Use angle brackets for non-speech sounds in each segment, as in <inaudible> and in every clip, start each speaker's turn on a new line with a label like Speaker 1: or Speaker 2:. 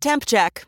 Speaker 1: Temp check.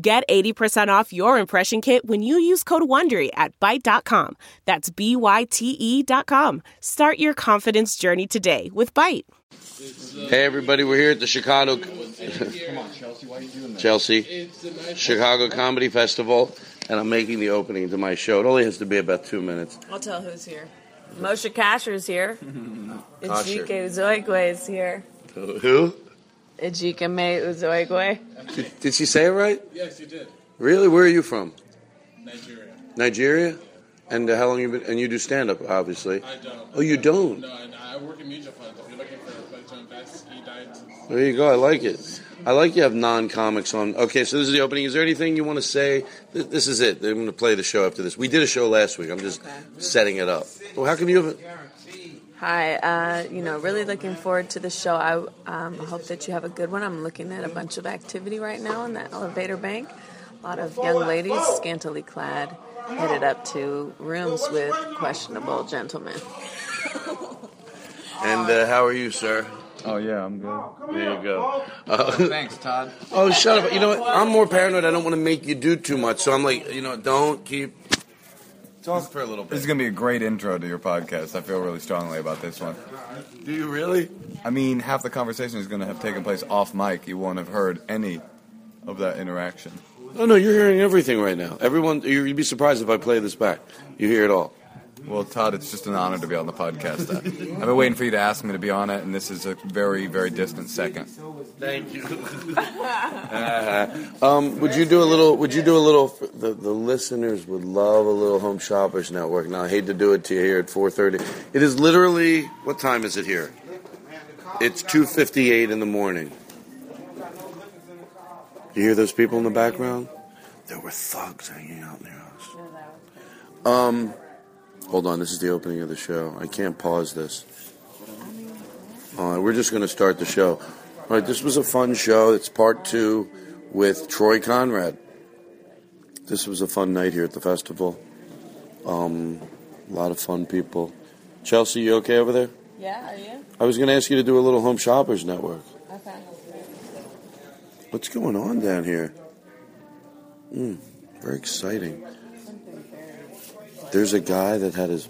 Speaker 2: Get 80% off your impression kit when you use code WONDERY at Byte.com. That's B-Y-T-E E dot com. Start your confidence journey today with Byte.
Speaker 3: Hey everybody, we're here at the Chicago <laughs> Chelsea Chicago Comedy Festival, and I'm making the opening to my show. It only has to be about two minutes.
Speaker 4: I'll tell who's here. Moshe Kasher's here.
Speaker 3: Kasher.
Speaker 4: Ejike Uzoigwe is here.
Speaker 3: Who?
Speaker 4: Ejike May Uzoigwe.
Speaker 3: Did, did she say it right? Yes, you did. Really? Where are you from? Nigeria. Nigeria? And uh, how long you been? And you do stand up, obviously. I
Speaker 5: don't.
Speaker 3: Oh, you don't.
Speaker 5: No, and I work in mutual funds. If you're looking for a bunch of invest, e
Speaker 3: There you go. I like it. I like you have non-comics on. Okay, so this is the opening. Is there anything you want to say? Th- This is it. I'm going to play the show after this. We did a show last week. I'm just setting it up. Well, how come you haven't?
Speaker 4: Hi, uh, you know, really looking forward to the show. I um, hope that you have a good one. I'm looking at a bunch of activity right now in the elevator bank. A lot of young ladies, scantily clad, headed up to rooms with questionable gentlemen.
Speaker 3: And uh, how are you, sir?
Speaker 6: Oh yeah, I'm good.
Speaker 3: There you go. Uh,
Speaker 6: Thanks, Todd.
Speaker 3: <laughs> oh, shut up. You know what? I'm more paranoid. I don't want to make you do too much. So I'm like, you know, don't keep. Talk for a little
Speaker 6: This is
Speaker 3: bit.
Speaker 6: gonna be a great intro to your podcast. I feel really strongly about this one.
Speaker 3: Do you really?
Speaker 6: I mean, half the conversation is gonna have taken place off mic. You won't have heard any of that interaction.
Speaker 3: Oh no, you're hearing everything right now. Everyone, you- you'd be surprised if I play this back. You hear it all.
Speaker 6: Well, Todd, it's just an honor to be on the podcast. Uh, I've been waiting for you to ask me to be on it, and this is a very, very distant second.
Speaker 3: Thank you.
Speaker 6: <laughs>
Speaker 3: <laughs> um, would you do a little? Would you do a little? The, the listeners would love a little Home Shoppers Network. Now I hate to do it to you here at 4:30. It is literally what time is it here? It's 2:58 in the morning. You hear those people in the background? There were thugs hanging out in their house. Um, hold on. This is the opening of the show. I can't pause this. Uh, we're just going to start the show. All right, this was a fun show. It's part two with Troy Conrad. This was a fun night here at the festival. Um, a lot of fun people. Chelsea, you okay over there?
Speaker 4: Yeah, are you?
Speaker 3: I was going to ask you to do a little Home Shoppers Network.
Speaker 4: Okay.
Speaker 3: What's going on down here? Mm, very exciting. There's a guy that had his.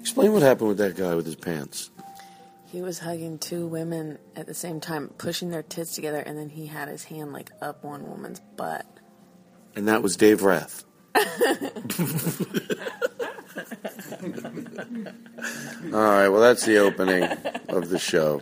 Speaker 3: Explain what happened with that guy with his pants.
Speaker 4: He was hugging two women at the same time, pushing their tits together, and then he had his hand like up one woman's butt.
Speaker 3: And that was Dave
Speaker 4: <laughs>
Speaker 3: Rath. All right, well, that's the opening of the show.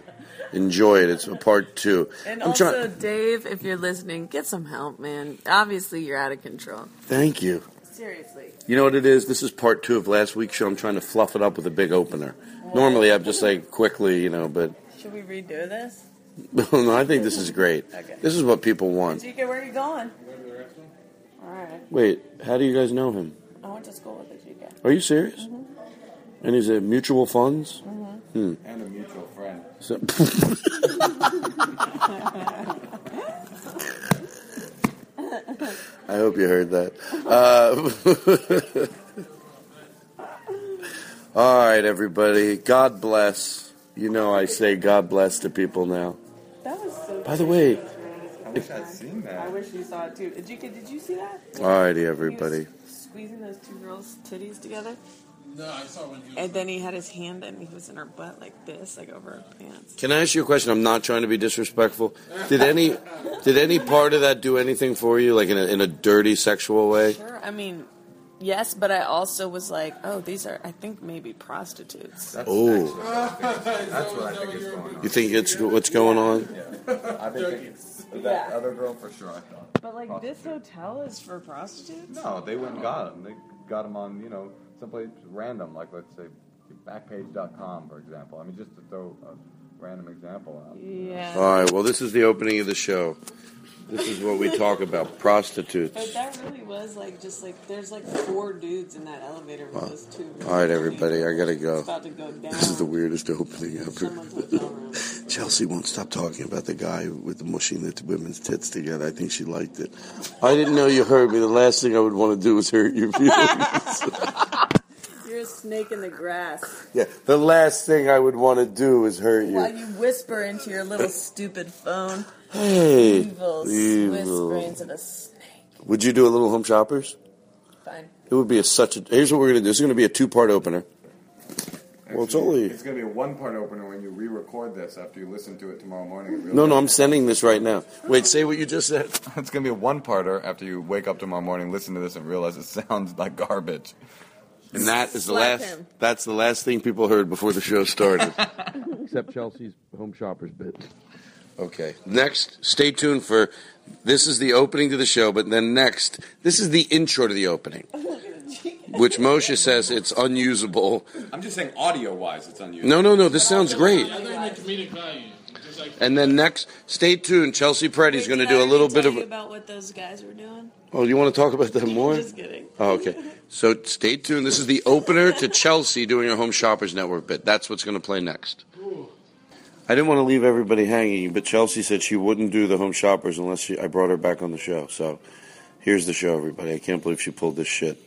Speaker 3: Enjoy it. It's a part two.
Speaker 4: And
Speaker 3: I'm
Speaker 4: also,
Speaker 3: trying.
Speaker 4: Dave, if you're listening, get some help, man. Obviously, you're out of control.
Speaker 3: Thank you.
Speaker 4: Seriously.
Speaker 3: You know what it is? This is part two of last week's show. I'm trying to fluff it up with a big opener. Normally, I'm just like quickly, you know, but <laughs>
Speaker 4: Should we redo this?
Speaker 3: no, I think this is great.
Speaker 4: Okay.
Speaker 3: This is what people want.
Speaker 4: GK, where are you going? All right.
Speaker 3: Wait, how do you guys know him?
Speaker 4: I went to school with the GK.
Speaker 3: Mm-hmm. Are you serious? And is it mutual funds?
Speaker 4: Mm-hmm.
Speaker 3: Hmm.
Speaker 6: And a mutual friend.
Speaker 3: Mm-hmm. So- <laughs> I hope you heard that. Uh, <laughs> all right, everybody. God bless. You know, I say God bless to people now.
Speaker 7: That was so.
Speaker 3: By the way,
Speaker 6: I wish I'd seen that.
Speaker 7: I wish you saw it too. Did you did you see that?
Speaker 3: all righty, everybody.
Speaker 7: He was squeezing those two girls' titties together,
Speaker 8: No, I saw when he was.
Speaker 4: And then he had his hand and he was in her butt like this, like over her pants.
Speaker 3: Can I ask you a question? I'm not trying to be disrespectful. Did any did any part of that do anything for you, like in a, in a dirty sexual way?
Speaker 4: Sure, I mean, yes, but I also was like, oh, these are, I think maybe prostitutes.
Speaker 6: That's
Speaker 3: Ooh.
Speaker 6: actually what I think- That's what I think is going on.
Speaker 3: You think it's what's going on?
Speaker 6: I've been thinking that other girl for sure. I thought.
Speaker 7: but like this hotel is for prostitutes.
Speaker 6: No, they went and got him. They got him on, you know, someplace random, like let's say backpage.com, for example. I mean, just to throw a random example out.
Speaker 7: Yeah,
Speaker 3: All right. Well, this is the opening of the show. This is what we talk about: prostitutes.
Speaker 7: but that really was like just like there's like four dudes in that elevator with those two.
Speaker 3: All right, everybody. I gotta
Speaker 7: It's
Speaker 3: go.
Speaker 7: about to go down.
Speaker 3: This is the weirdest opening ever. <laughs>
Speaker 7: Someone's hotel room.
Speaker 3: Chelsea won't stop talking about the guy with the mushing the t- women's tits together. I think she liked it. I didn't know you heard me. The last thing I would want to do is hurt your <laughs> feelings.
Speaker 7: You're a snake in the grass.
Speaker 3: yeah, the last thing I would want to do is hurt you.
Speaker 4: While you whisper into your
Speaker 3: <laughs>
Speaker 4: little stupid phone,
Speaker 3: Hey,
Speaker 4: evil Swiss
Speaker 3: evil.
Speaker 4: brains of a snake.
Speaker 3: Would you do a little home shoppers?
Speaker 4: Fine.
Speaker 3: It would be a, such a. Here's what we're gonna do. This is gonna be a two-part opener. Well, it's only.
Speaker 6: It's going to be a one part opener when you re record this after you listen to it tomorrow morning.
Speaker 3: No, no, I'm sending this right now. Wait, say what you just said.
Speaker 6: <laughs> It's going to be a one parter after you wake up tomorrow morning, listen to this, and realize it <laughs> sounds like garbage.
Speaker 3: And that is the
Speaker 4: Slap
Speaker 3: last.
Speaker 4: him.
Speaker 3: That's the last thing people heard before the
Speaker 6: <laughs>
Speaker 3: show started, except Chelsea's home shoppers bit. Okay. Next, stay tuned for. This is the opening to the show, but then next, this is the intro to the opening, which Moshe says it's unusable.
Speaker 6: I'm just saying, audio wise, it's unusual.
Speaker 3: No, no, no. This sounds great.
Speaker 8: Other than the comedic value, just like
Speaker 3: And then next, stay tuned. Chelsea Preddy's going to do a little bit of.
Speaker 4: you about what those guys were doing.
Speaker 3: Oh, you want to talk about that more?
Speaker 4: Just kidding.
Speaker 3: Oh, okay. So stay tuned. This is the opener to Chelsea doing her Home Shoppers Network bit. That's what's going to play next. I didn't want to leave everybody hanging, but Chelsea said she wouldn't do the Home Shoppers unless she, I brought her back on the show. So here's the show, everybody. I can't believe she pulled this shit.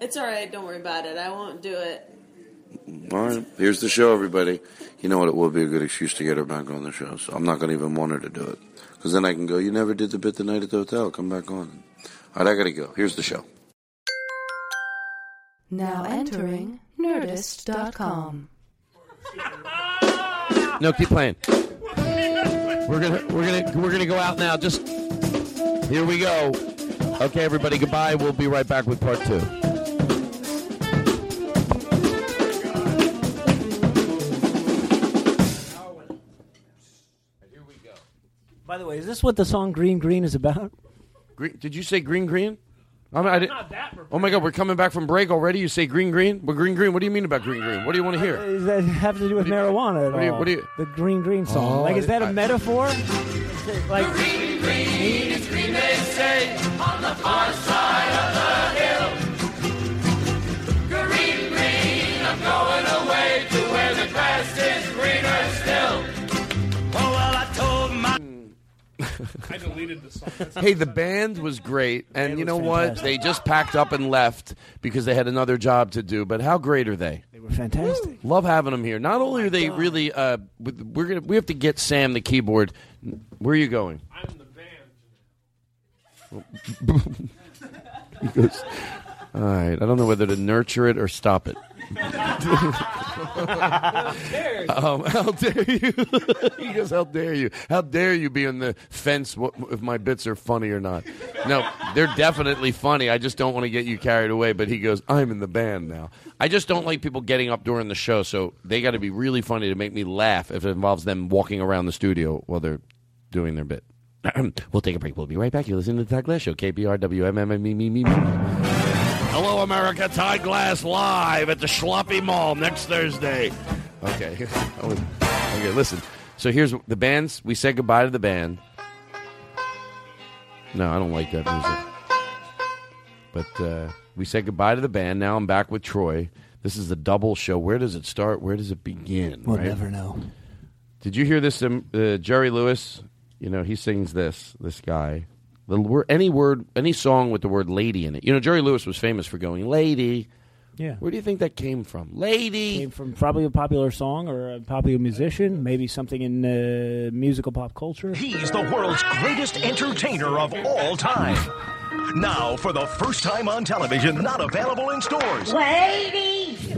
Speaker 4: It's all right. Don't worry about it. I won't do it.
Speaker 3: All right. Here's the show, everybody. You know what? It will be a good excuse to get her back on the show. So I'm not going to even want her to do it. Because then I can go, you never did the bit the night at the hotel. Come back on. All right, I got to go. Here's the show.
Speaker 9: Now entering Nerdist.com.
Speaker 10: No, keep playing. We're gonna we're gonna we're gonna go out now. Just here we go. Okay, everybody, goodbye. We'll be right back with part two.
Speaker 11: By the way, is this what the song Green Green is about?
Speaker 10: Green, did you say green green? I'm, I did, not that oh my God, we're coming back from break already. You say green green? But green green? What do you mean about green green? What do you want to hear?
Speaker 11: Does that have to do with marijuana at
Speaker 10: what do you-
Speaker 11: all?
Speaker 10: what do you-
Speaker 11: the Green Green song.
Speaker 10: Oh,
Speaker 11: like, is that a
Speaker 10: I-
Speaker 11: metaphor? Like,
Speaker 10: Oh,
Speaker 8: <laughs> I deleted the song. That's
Speaker 10: Hey, the band was great, and
Speaker 11: It
Speaker 10: you
Speaker 11: was
Speaker 10: know what?
Speaker 11: fantastic.
Speaker 10: They just packed up and left because they had another job to do. But how great are they?
Speaker 11: they were fantastic.
Speaker 10: Love having them here. Not only are they really, uh, with- we're gonna we have to get Sam the keyboard. Where are you going?
Speaker 8: I'm the band.
Speaker 10: <laughs> All right, I don't know whether to nurture it or stop it. um, <laughs> how dare you? he goes, "How dare you? How dare you be on the fence what, if my bits are funny or not?" No, they're definitely funny. I just don't want to get you carried away. But he goes, "I'm in the band now." I just don't like people getting up during the show, so they got to be really funny to make me laugh if it involves them walking around the studio while they're doing their bit. <clears throat> we'll take a break. We'll be right back. You're listening to the Todd Glass Show, KPR WMMM, me, me, me, me. Hello, America. Todd Glass live at the Schloppy Mall next Thursday.
Speaker 3: <laughs>
Speaker 10: Okay. That was- okay, listen. So here's the bands. We said goodbye to the band. No, I don't like that music. But uh,
Speaker 3: We said goodbye to the band. Now I'm back with Troy. This is the double show. Where does it start? Where does it begin?
Speaker 11: We'll
Speaker 3: right?
Speaker 11: never know.
Speaker 3: Did you hear this? Um, uh, Jerry Lewis, you know, he sings this, this guy. The word, any word, any song with the word lady in it. You know, Jerry Lewis was famous for going, lady.
Speaker 11: Yeah.
Speaker 3: Where do you think that came from? Lady.
Speaker 11: Came from probably a popular song or a popular musician, maybe something in uh, musical pop culture.
Speaker 12: He's the world's greatest entertainer of all time. Now, for the first time on television, not available in stores.
Speaker 8: Lady, <laughs>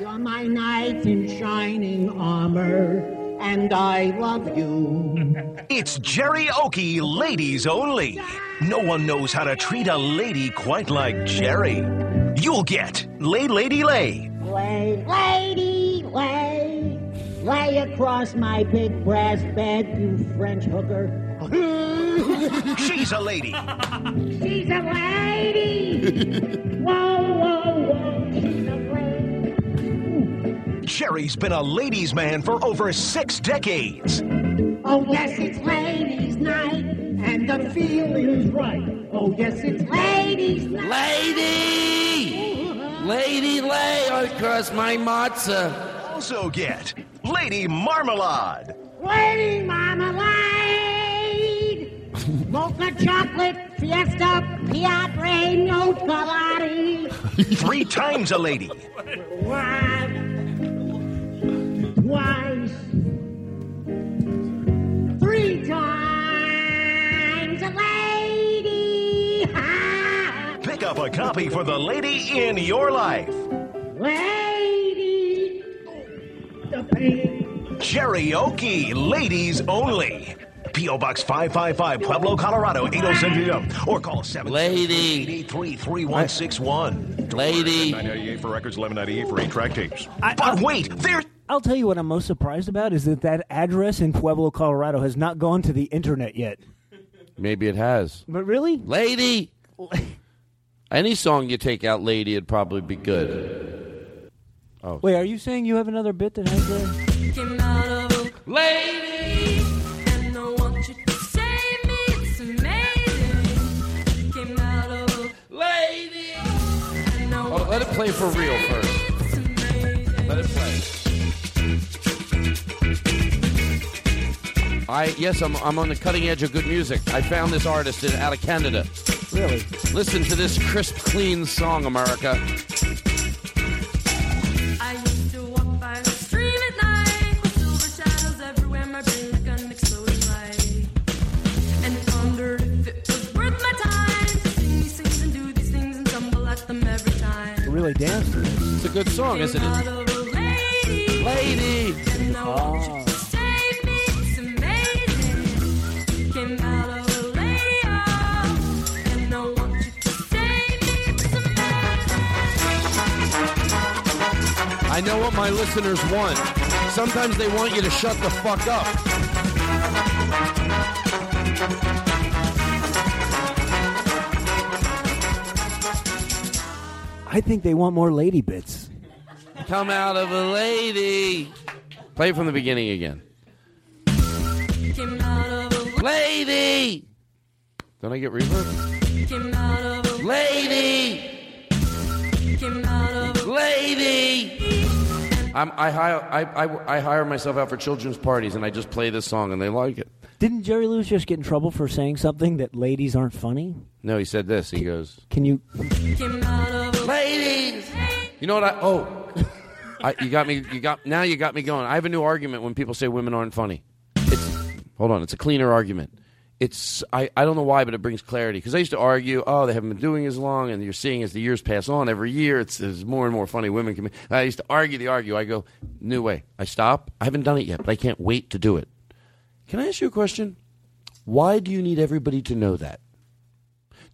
Speaker 8: you're my knight in shining armor, and I love you.
Speaker 12: It's Jerry Oakey, ladies only. No one knows how to treat a lady quite like Jerry. You'll get Lay Lady Lay.
Speaker 8: Lay, lady, lay, lay across my big brass bed, you French hooker. <laughs>
Speaker 12: She's a lady.
Speaker 8: She's a lady. Whoa, whoa, whoa. She's a lady.
Speaker 12: Jerry's been a ladies' man for over six decades.
Speaker 8: Oh, yes, it's ladies' night, and the feeling's right. Oh, yes, it's ladies' night.
Speaker 3: Lady! Lady lay across my matzah.
Speaker 12: Also get Lady Marmalade.
Speaker 8: Lady
Speaker 3: <laughs>
Speaker 8: marmalade. Mocha chocolate fiesta, piatre no colati.
Speaker 12: Three times a lady.
Speaker 8: One, twice, three times a lady. <laughs>
Speaker 12: Pick up a copy for the lady in your life.
Speaker 8: lady. The pain.
Speaker 12: Jerry Oakey, ladies only. P.O. Box 555, Pueblo, Colorado, 807 Or call 783
Speaker 3: Lady.
Speaker 12: 998 for records, 1198 for 8 track tapes. but wait, there.
Speaker 11: I'll tell you what I'm most surprised about is that that address in Pueblo, Colorado has not gone to the internet yet.
Speaker 3: Maybe it has.
Speaker 11: But really?
Speaker 3: Lady! Any song you take out, lady, it'd probably be good. Oh.
Speaker 11: Wait, are you saying you have another bit that has uh, the.
Speaker 13: Came out of a lady, and I want you to save me. It's amazing. Came out of a lady, and I
Speaker 3: Hold on,
Speaker 13: want
Speaker 3: let it play for real first. Let it play. I yes, I'm I'm on the cutting edge of good music. I found this artist in, out of Canada.
Speaker 11: Really?
Speaker 3: Listen to this crisp, clean song, America.
Speaker 13: I used to walk by the stream at night with silver shadows everywhere, my brain like an exploding light, and wondered if it was worth my time to sing these things and do these things and stumble at them every time.
Speaker 11: Really dance to this?
Speaker 3: It's a good song, isn't
Speaker 13: Out
Speaker 3: it?
Speaker 13: of a lady,
Speaker 3: lady,
Speaker 13: and I
Speaker 11: Oh.
Speaker 13: want you to save me. It's amazing. Came out of a lady, and I want you to save me. It's amazing.
Speaker 3: I know what my listeners want. Sometimes they want you to shut the fuck up.
Speaker 11: I think they want more lady bits.
Speaker 3: Come out of a lady. Play it from the beginning again.
Speaker 13: Came out of a
Speaker 3: lady. Don't I get reverb?
Speaker 13: Came out of a
Speaker 3: lady.
Speaker 13: Came out of a
Speaker 3: lady. I'm, I, hire, I, I, I hire myself out for children's parties and I just play this song and they like it.
Speaker 11: Didn't Jerry Lewis just get in trouble for saying something that ladies aren't funny?
Speaker 3: No, he said this. He goes,
Speaker 11: Can you.
Speaker 13: Came out of a
Speaker 3: ladies. You know what? I oh, <laughs> I, you got me. You got now. You got me going. I have a new argument when people say women aren't funny. It's hold on. It's a cleaner argument. It's I, I don't know why, but it brings clarity because I used to argue. Oh, they haven't been doing as long, and you're seeing as the years pass on, every year it's there's more and more funny women. Come in. I used to argue the argue. I go new way. I stop. I haven't done it yet, but I can't wait to do it. Can I ask you a question? Why do you need everybody to know that?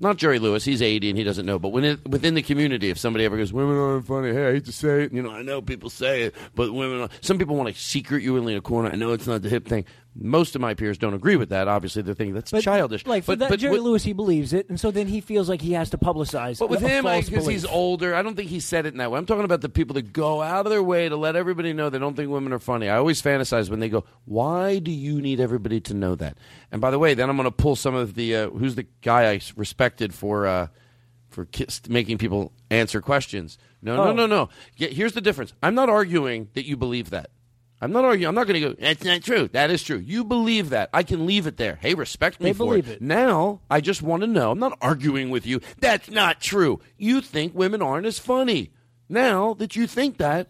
Speaker 3: Not Jerry Lewis. He's 80 and he doesn't know. But when it, within the community, if somebody ever goes, women aren't funny. Hey, I hate to say it. You know, I know people say it, but women. Are, some people want to secret you in a corner. I know it's not the hip thing. Most of my peers don't agree with that. Obviously, they're thinking that's childish.
Speaker 11: Like, for
Speaker 3: but,
Speaker 11: that
Speaker 3: but
Speaker 11: Jerry
Speaker 3: with,
Speaker 11: Lewis, he believes it, and so then he feels like he has to publicize
Speaker 3: but with
Speaker 11: a
Speaker 3: him,
Speaker 11: false
Speaker 3: because he's
Speaker 11: belief.
Speaker 3: older, I don't think he said it in that way. I'm talking about the people that go out of their way to let everybody know they don't think women are funny. I always fantasize when they go, "Why do you need everybody to know that?" And by the way, then I'm going to pull some of the uh, who's the guy I s- respected for uh, for kiss, making people answer questions. No, no,
Speaker 14: Oh.
Speaker 3: no, no. Yeah, here's the difference. I'm not arguing that you believe that. I'm not arguing. I'm not going to go. That's not true. That is true. You believe that. I can leave it there. Hey, respect me
Speaker 11: They
Speaker 3: for
Speaker 11: believe
Speaker 3: it. Now I just want to know. I'm not arguing with you. That's not true. You think women aren't as funny. Now that you think that,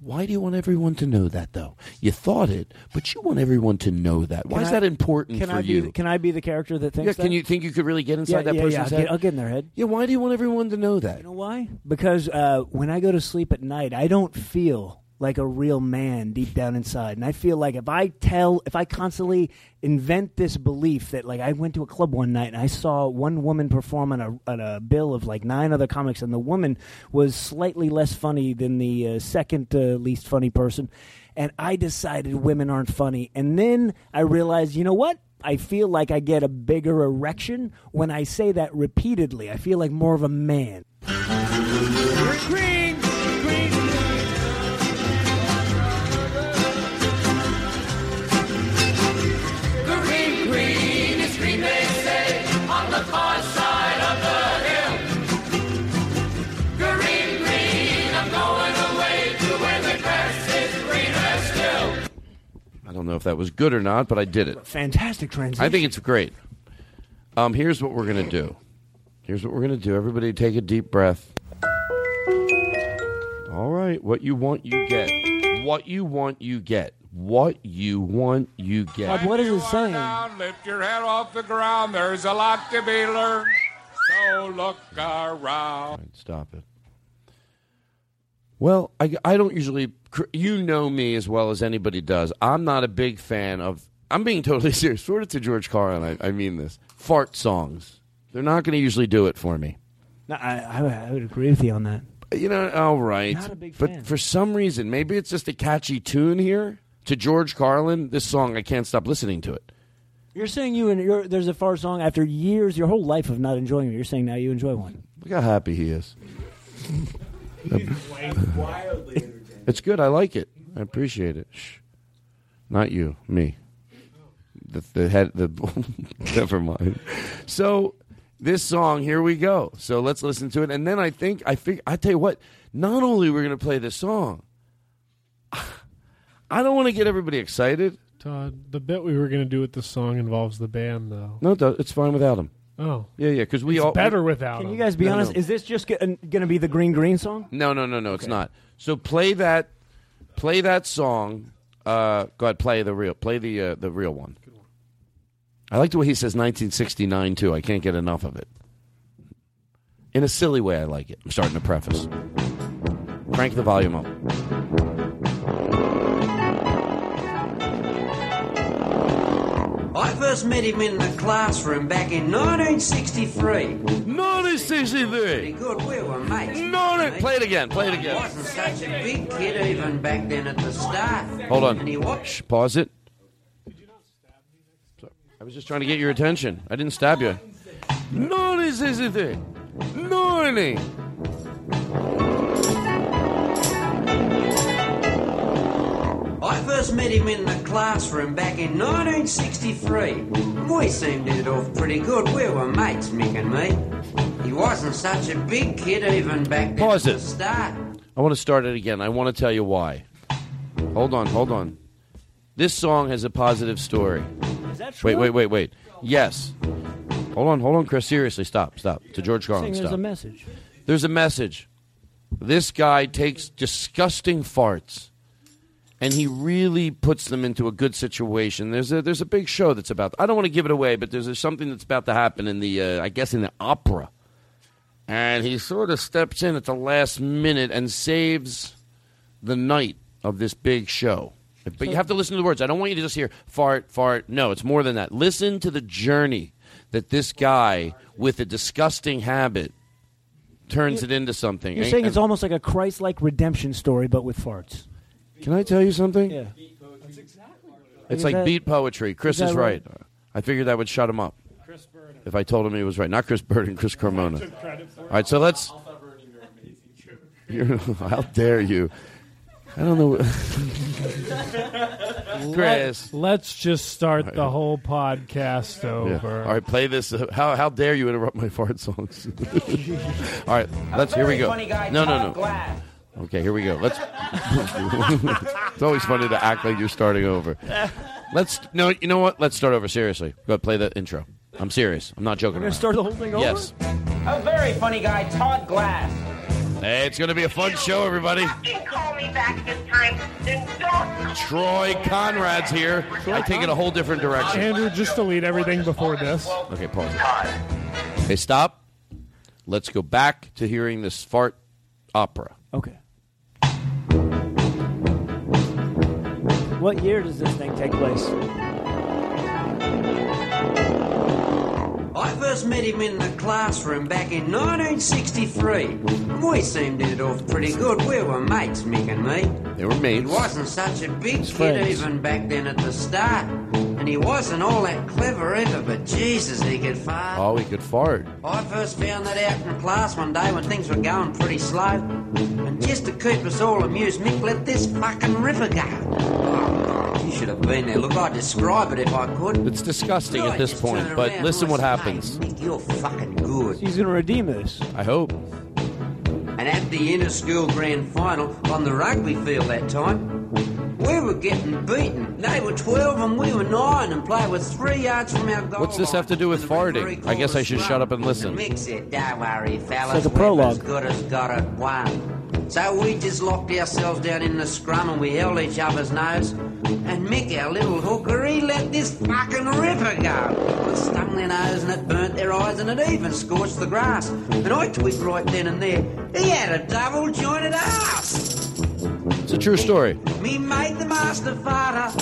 Speaker 3: why do you want everyone to know that though? You thought it, but you want everyone to know that. Why
Speaker 11: Can
Speaker 3: is
Speaker 11: I-
Speaker 3: that important
Speaker 11: can
Speaker 3: for
Speaker 11: I
Speaker 3: you?
Speaker 11: Be, can I be the character that thinks?
Speaker 3: yeah, can
Speaker 11: that?
Speaker 3: you think you could really get inside
Speaker 11: Yeah,
Speaker 3: that
Speaker 11: yeah, yeah,
Speaker 3: person's
Speaker 11: I'll
Speaker 3: head?
Speaker 11: get- I'll get in their head.
Speaker 3: Yeah, why do you want everyone to know that? You
Speaker 11: know why? because uh, when I go to sleep at night, I don't feel like a real man deep down inside, and I feel like if I tell, if I constantly invent this belief that like I went to a club one night and I saw one woman perform on a on a bill of like nine other comics, and the woman was slightly less funny than the uh, second uh, least funny person, and I decided women aren't funny, and then I realized, you know what? I feel like I get a bigger erection when I say that repeatedly. I feel like more of a man.
Speaker 13: Green, green. Green, green is green, they say, on the far side of the hill. Green, green, I'm going away to where the grass is greener still.
Speaker 3: I don't know if that was good or not, but I did it.
Speaker 11: Fantastic transition.
Speaker 3: I think it's great. Um, here's what we're gonna do. Here's what we're gonna do. Everybody, take a deep breath. All right, what you want, you get. What you want, you get. What you want, you get.
Speaker 11: God, what is it saying?
Speaker 15: Down, lift your head off the ground. There's a lot to be learned. So look around.
Speaker 3: Stop it. Well, I, I don't usually. cr- You know me as well as anybody does. I'm not a big fan of. I'm being totally <laughs> serious. Sort of to George Carlin, I, I mean this. Fart songs. They're not going to usually do it for me.
Speaker 11: No, I, I, would- I would agree with you on that.
Speaker 3: You know, all right. But for some reason, maybe it's just a catchy tune here. To George Carlin, this song, I can't stop listening to it.
Speaker 11: You're saying you and your, there's a far song after years, your whole life of not enjoying it. You're saying now you enjoy one.
Speaker 3: Look how happy he is. <laughs> it's good. I like it. I appreciate it. Shh. Not you, me. The, the head, the. never mind. So, this song, here we go. So let's listen to it, and then I think I fig- I tell you what. Not only we're going to play this song, <sighs> I don't want to get everybody excited.
Speaker 5: Todd, the bit we were going to do with the song involves the band, though.
Speaker 3: No, it does- it's fine without him.
Speaker 5: Oh.
Speaker 3: yeah, yeah. Because we
Speaker 5: It's
Speaker 3: all
Speaker 5: better without
Speaker 11: Can
Speaker 5: him.
Speaker 11: you guys be
Speaker 3: No,
Speaker 11: honest?
Speaker 3: no.
Speaker 11: Is this just going to be the Green Green song?
Speaker 3: No, no, no, no. It's not. So play that, play that song. Uh, go ahead, play the real, play the uh, the real one. I like the way he says 1969 too. I can't get enough of it. In a silly way, I like it. I'm starting to preface. Crank the volume up.
Speaker 16: I first met him in the classroom back in 1963.
Speaker 3: 1963. Pretty
Speaker 16: good. We were mates.
Speaker 3: No, play it again. Play it again.
Speaker 16: I wasn't such a big kid even back then at the start.
Speaker 3: Hold
Speaker 16: And he
Speaker 3: on.
Speaker 16: watched.
Speaker 3: Shh, pause it. I was just trying to get your attention. I didn't stab you. No, this is the thing. No, no.
Speaker 16: I first met him in the classroom back in 1963. We seemed it off pretty good. We were mates, Mick and me. He wasn't such a big kid even back then
Speaker 3: Pause
Speaker 16: at
Speaker 3: it.
Speaker 16: the start.
Speaker 3: I want to start it again. I want to tell you why. Hold on, hold on. This song has a positive story.
Speaker 11: Is that
Speaker 3: Wait, wait, wait, wait. Yes. Hold on, hold on, Chris. Seriously, stop, stop. To George
Speaker 11: Saying
Speaker 3: Carlin,
Speaker 11: there's
Speaker 3: stop.
Speaker 11: a message.
Speaker 3: There's a message. This guy takes disgusting farts and he really puts them into a good situation. There's a there's a big show that's about. I don't want to give it away, but there's a, something that's about to happen in the uh, I guess in the opera. And he sort of steps in at the last minute and saves the night of this big show. But you have to listen to the words. I don't want you to just hear fart, fart. No, it's more than that. Listen to the journey that this guy with a disgusting habit turns it into something.
Speaker 11: You're
Speaker 3: And-
Speaker 11: saying
Speaker 3: and-
Speaker 11: it's almost like a Christ-like redemption story, but with farts.
Speaker 3: Can I tell you something?
Speaker 11: Yeah.
Speaker 3: It's
Speaker 11: Is
Speaker 3: like
Speaker 11: that-
Speaker 3: beat poetry. Chris
Speaker 11: is that
Speaker 3: is right. I figured that would shut him up. Chris Burden. If I told him he was right, not Chris Burden, Chris Carmona. All right, so let's. <laughs> You're, how dare you? I don't know. Chris.
Speaker 5: Let, us just start the whole podcast
Speaker 3: Yeah.
Speaker 5: over.
Speaker 3: All right, play this. <laughs> Uh, how how dare you interrupt my <laughs> fart songs? All right, let's. Here we
Speaker 14: very
Speaker 3: go.
Speaker 14: funny guy,
Speaker 3: no,
Speaker 14: Todd
Speaker 3: no,
Speaker 14: Glass.
Speaker 3: no. Okay, here we go. Let's. <laughs> it's always funny to act like you're starting over. Let's. No, you know what? Let's start over. Seriously, go play the intro. I'm serious. I'm not joking.
Speaker 14: We're gonna
Speaker 3: around.
Speaker 14: start the whole thing over?
Speaker 3: Yes.
Speaker 14: A very funny guy, Todd Glass.
Speaker 3: Hey, it's going to be a fun show, everybody.
Speaker 14: Call me back this time.
Speaker 3: Troy Conrad's here. I take it a whole different direction.
Speaker 5: Andrew, just delete everything before this.
Speaker 3: Okay, pause. Hey, stop. Let's go back to hearing this fart opera.
Speaker 11: Okay. What year does this thing take place?
Speaker 16: I first met him in the classroom back in 1963. We seemed it off pretty good. We were mates, Mick and me.
Speaker 3: They were
Speaker 16: He
Speaker 3: mates.
Speaker 16: wasn't such a big kid
Speaker 3: friends.
Speaker 16: even back then at the start. And he wasn't all that clever either, but Jesus, he could fart.
Speaker 3: Oh, he could fart.
Speaker 16: I first found that out in class one day when things were going pretty slow. And just to keep us all amused, Mick let this fucking river go. Oh, you should have been there. Look, I'd describe it if I could.
Speaker 3: It's disgusting at this point, but listen what happens.
Speaker 16: You're fucking good.
Speaker 11: He's gonna redeem this.
Speaker 3: I hope.
Speaker 16: And at the inter school grand final on the rugby field that time, we were getting beaten. They were 12 and we were 9 and played with 3 yards from our goal.
Speaker 3: What's this have to do with farting? I guess I should shut up and listen.
Speaker 16: Mick said, Don't worry, fellas.
Speaker 3: It's like a
Speaker 16: we've
Speaker 3: prologue.
Speaker 16: As good as got it one. So we just locked ourselves down in the scrum and we held each other's nose. And Mick, our little hooker, he let this fucking ripper go. It stung their nose and it burnt their eyes and it even scorched the grass. And I twigged right then and there. He had a double jointed ass.
Speaker 3: It's a true story.
Speaker 16: Me made the master farter.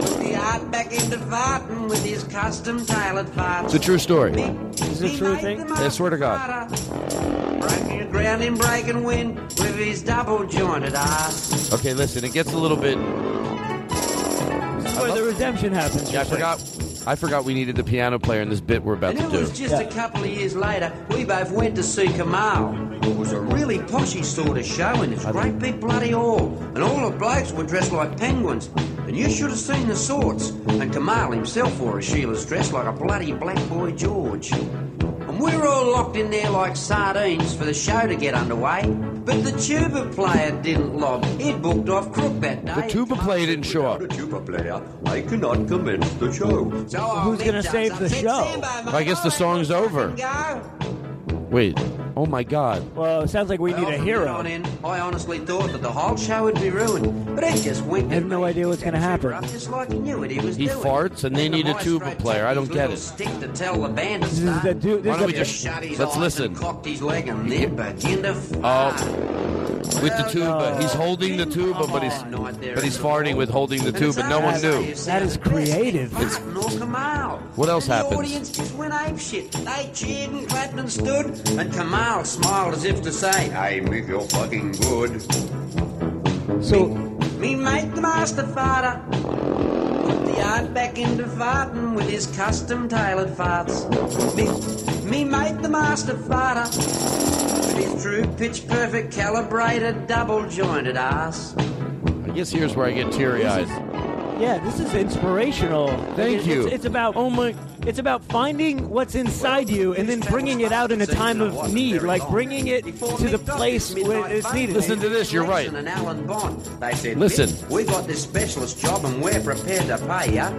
Speaker 16: Put the art back into farting with his custom tailored farts.
Speaker 3: It's a true story.
Speaker 16: Is it a true thing?
Speaker 3: I swear to God.
Speaker 16: Breaking the ground in break and wind with his double jointed ass.
Speaker 3: Okay, listen, it gets a little bit.
Speaker 11: This is where the redemption happens.
Speaker 3: Yeah, I forgot. I forgot we needed the piano player in this bit we're about
Speaker 16: And
Speaker 3: to
Speaker 16: it was
Speaker 3: do.
Speaker 16: just a couple of years later, we both went to see Kamal. It was a really poshy sort of show in this great big bloody hall, and all the blokes were dressed like penguins. And you should have seen the sorts. And Kamal himself wore a Sheila's dress like a bloody black boy George. And we were all locked in there like sardines for the show to get underway. But the tuba player didn't lob. He'd booked off crook that day.
Speaker 3: The tuba player didn't show up.
Speaker 16: tuba player, I cannot commence the show. So Who's
Speaker 11: gonna save the show?
Speaker 3: I guess the song's over. Wait. Oh my God.
Speaker 11: Well, it sounds like we need a hero.
Speaker 16: On in, I honestly thought that the whole show would be ruined, but it just went. I have no idea what's going to happen. Just like he knew what he was
Speaker 3: He
Speaker 16: doing.
Speaker 3: farts and they
Speaker 16: And the
Speaker 3: need a
Speaker 16: maestro
Speaker 3: tuba player. I
Speaker 16: took
Speaker 3: don't
Speaker 16: his
Speaker 3: get
Speaker 16: little
Speaker 3: it.
Speaker 16: Stick to tell the band to
Speaker 3: This is
Speaker 16: start.
Speaker 3: the dude- this
Speaker 16: Why don't
Speaker 3: is the-
Speaker 16: we just shut his
Speaker 3: Let's
Speaker 16: eyes
Speaker 3: listen. Uh,
Speaker 16: And cocked his leg and then begin to
Speaker 3: Oh, with the tuba. He's holding the tuba, but he's but he's farting with holding the tuba. No one knew.
Speaker 11: That is creative.
Speaker 16: Nor Kamal.
Speaker 3: What else
Speaker 16: The
Speaker 3: happens?
Speaker 16: audience just went apeshit. They cheered and clapped and stood, and Kamal smiled as if to say, Hey, Mick, you're fucking good.
Speaker 11: So,
Speaker 16: Me mate the master farter. Put the art back into farting with his custom tailored farts. Me, me mate the master farter. With his true pitch perfect calibrated double jointed ass.
Speaker 3: I guess here's where I get teary eyed.
Speaker 11: yeah, this is inspirational.
Speaker 3: Thank
Speaker 11: it's,
Speaker 3: you.
Speaker 11: It's, it's about oh my. It's about finding what's inside you and then bringing it out in a time of need, like bringing it to the place where it's needed.
Speaker 3: Listen to this. You're right.
Speaker 16: And Alan Bond. They said,
Speaker 3: Listen.
Speaker 16: "Mick, we got this specialist job and we're prepared to pay ya.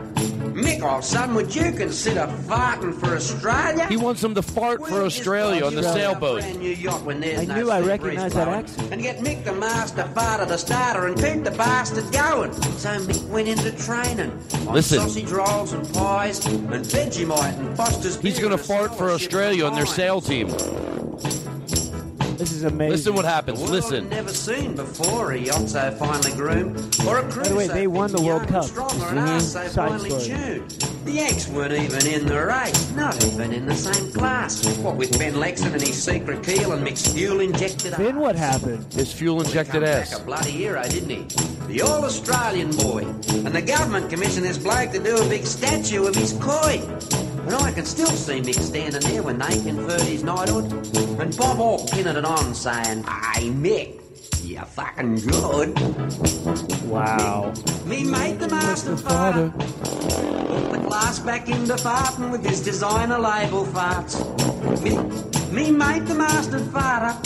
Speaker 16: Mick, old son, would you consider farting for Australia?
Speaker 3: He wants them to fart for Australia on the sailboat.
Speaker 16: Brand new yacht when there's
Speaker 3: I
Speaker 16: no
Speaker 3: knew I
Speaker 16: sea
Speaker 3: recognized
Speaker 16: breeze
Speaker 3: that
Speaker 16: blowing.
Speaker 3: accent.
Speaker 16: And get Mick the master farter, the starter, and keep the bastard going. So Mick went into training on
Speaker 3: Listen.
Speaker 16: sausage rolls and pies and Vegemite and Foster's.
Speaker 3: He's going to fart for
Speaker 11: Oh,
Speaker 3: Australia on their sail team.
Speaker 11: This is amazing.
Speaker 3: Listen what happens.
Speaker 16: The world
Speaker 3: Listen.
Speaker 16: I'd never seen before a yacht so finely groomed, or a cruise
Speaker 11: By the way,
Speaker 16: so
Speaker 11: they won the World Cup. Mm-hmm.
Speaker 16: strong, or an
Speaker 3: Mm-hmm.
Speaker 16: ass so finely tuned. The Yanks weren't even in the race, not even in the same class. What with Ben Lexon and his secret keel and mixed fuel injected
Speaker 11: Then what happened?
Speaker 3: His fuel injected
Speaker 16: back
Speaker 3: ass.
Speaker 16: a bloody hero, didn't he? The all Australian boy. And the government commissioned this bloke to do a big statue of his koi. And I can still see Mick standing there when they conferred his knighthood. And Bob Hawke pinning it on saying, Hey Mick, you're fucking good.
Speaker 11: Wow.
Speaker 16: Me mate the master farter. Put the glass back into farting with his designer label farts. Me, me mate the master farter.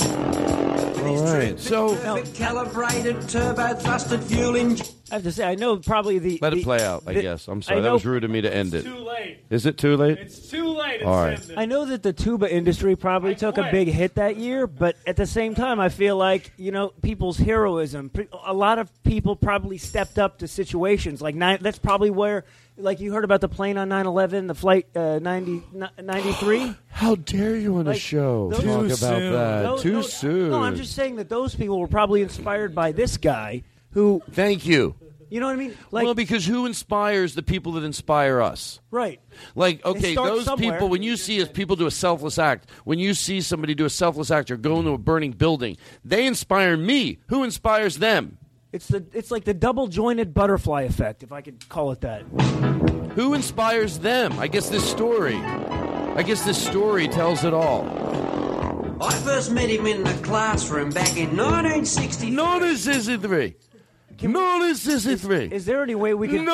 Speaker 3: All right. So
Speaker 16: Perfect calibrated turbo thrusted fuel engine.
Speaker 11: I have to say, I know probably the.
Speaker 3: let
Speaker 11: the-
Speaker 3: it play out. I
Speaker 11: the-
Speaker 3: guess. I'm
Speaker 11: I
Speaker 3: sorry. That
Speaker 11: know-
Speaker 3: was rude of me to end it. Is
Speaker 11: too late.
Speaker 3: it too late?
Speaker 11: too late.
Speaker 3: It's All right. ended.
Speaker 11: I know that the tuba industry probably took a big hit that year, but at the same time, I feel like you know people's heroism. Pe- A lot of people probably stepped up to situations like nine. That's probably where, like you heard about the plane on 9-11, the flight uh, 90, ni- 93.
Speaker 3: How dare you on a show
Speaker 11: those-
Speaker 3: talk about that?
Speaker 11: Those-
Speaker 3: Too
Speaker 11: those-
Speaker 3: soon.
Speaker 11: No, I'm just saying that those people were probably inspired by this guy who.
Speaker 3: Thank you.
Speaker 11: You know what I mean? Like
Speaker 3: well, because who inspires the people that inspire us?
Speaker 11: right.
Speaker 3: Like, okay,
Speaker 11: starts
Speaker 3: those
Speaker 11: somewhere.
Speaker 3: people, when you see as people do a selfless act, when you see somebody do a selfless act or go into a burning building, they inspire me. Who inspires them?
Speaker 11: It's the it's like the double jointed butterfly effect, if I could call it that.
Speaker 3: Who inspires them? I guess this story. I guess this story tells it all.
Speaker 16: I first met him in the classroom back in 1963.
Speaker 3: Is,
Speaker 11: is there any way we
Speaker 3: can?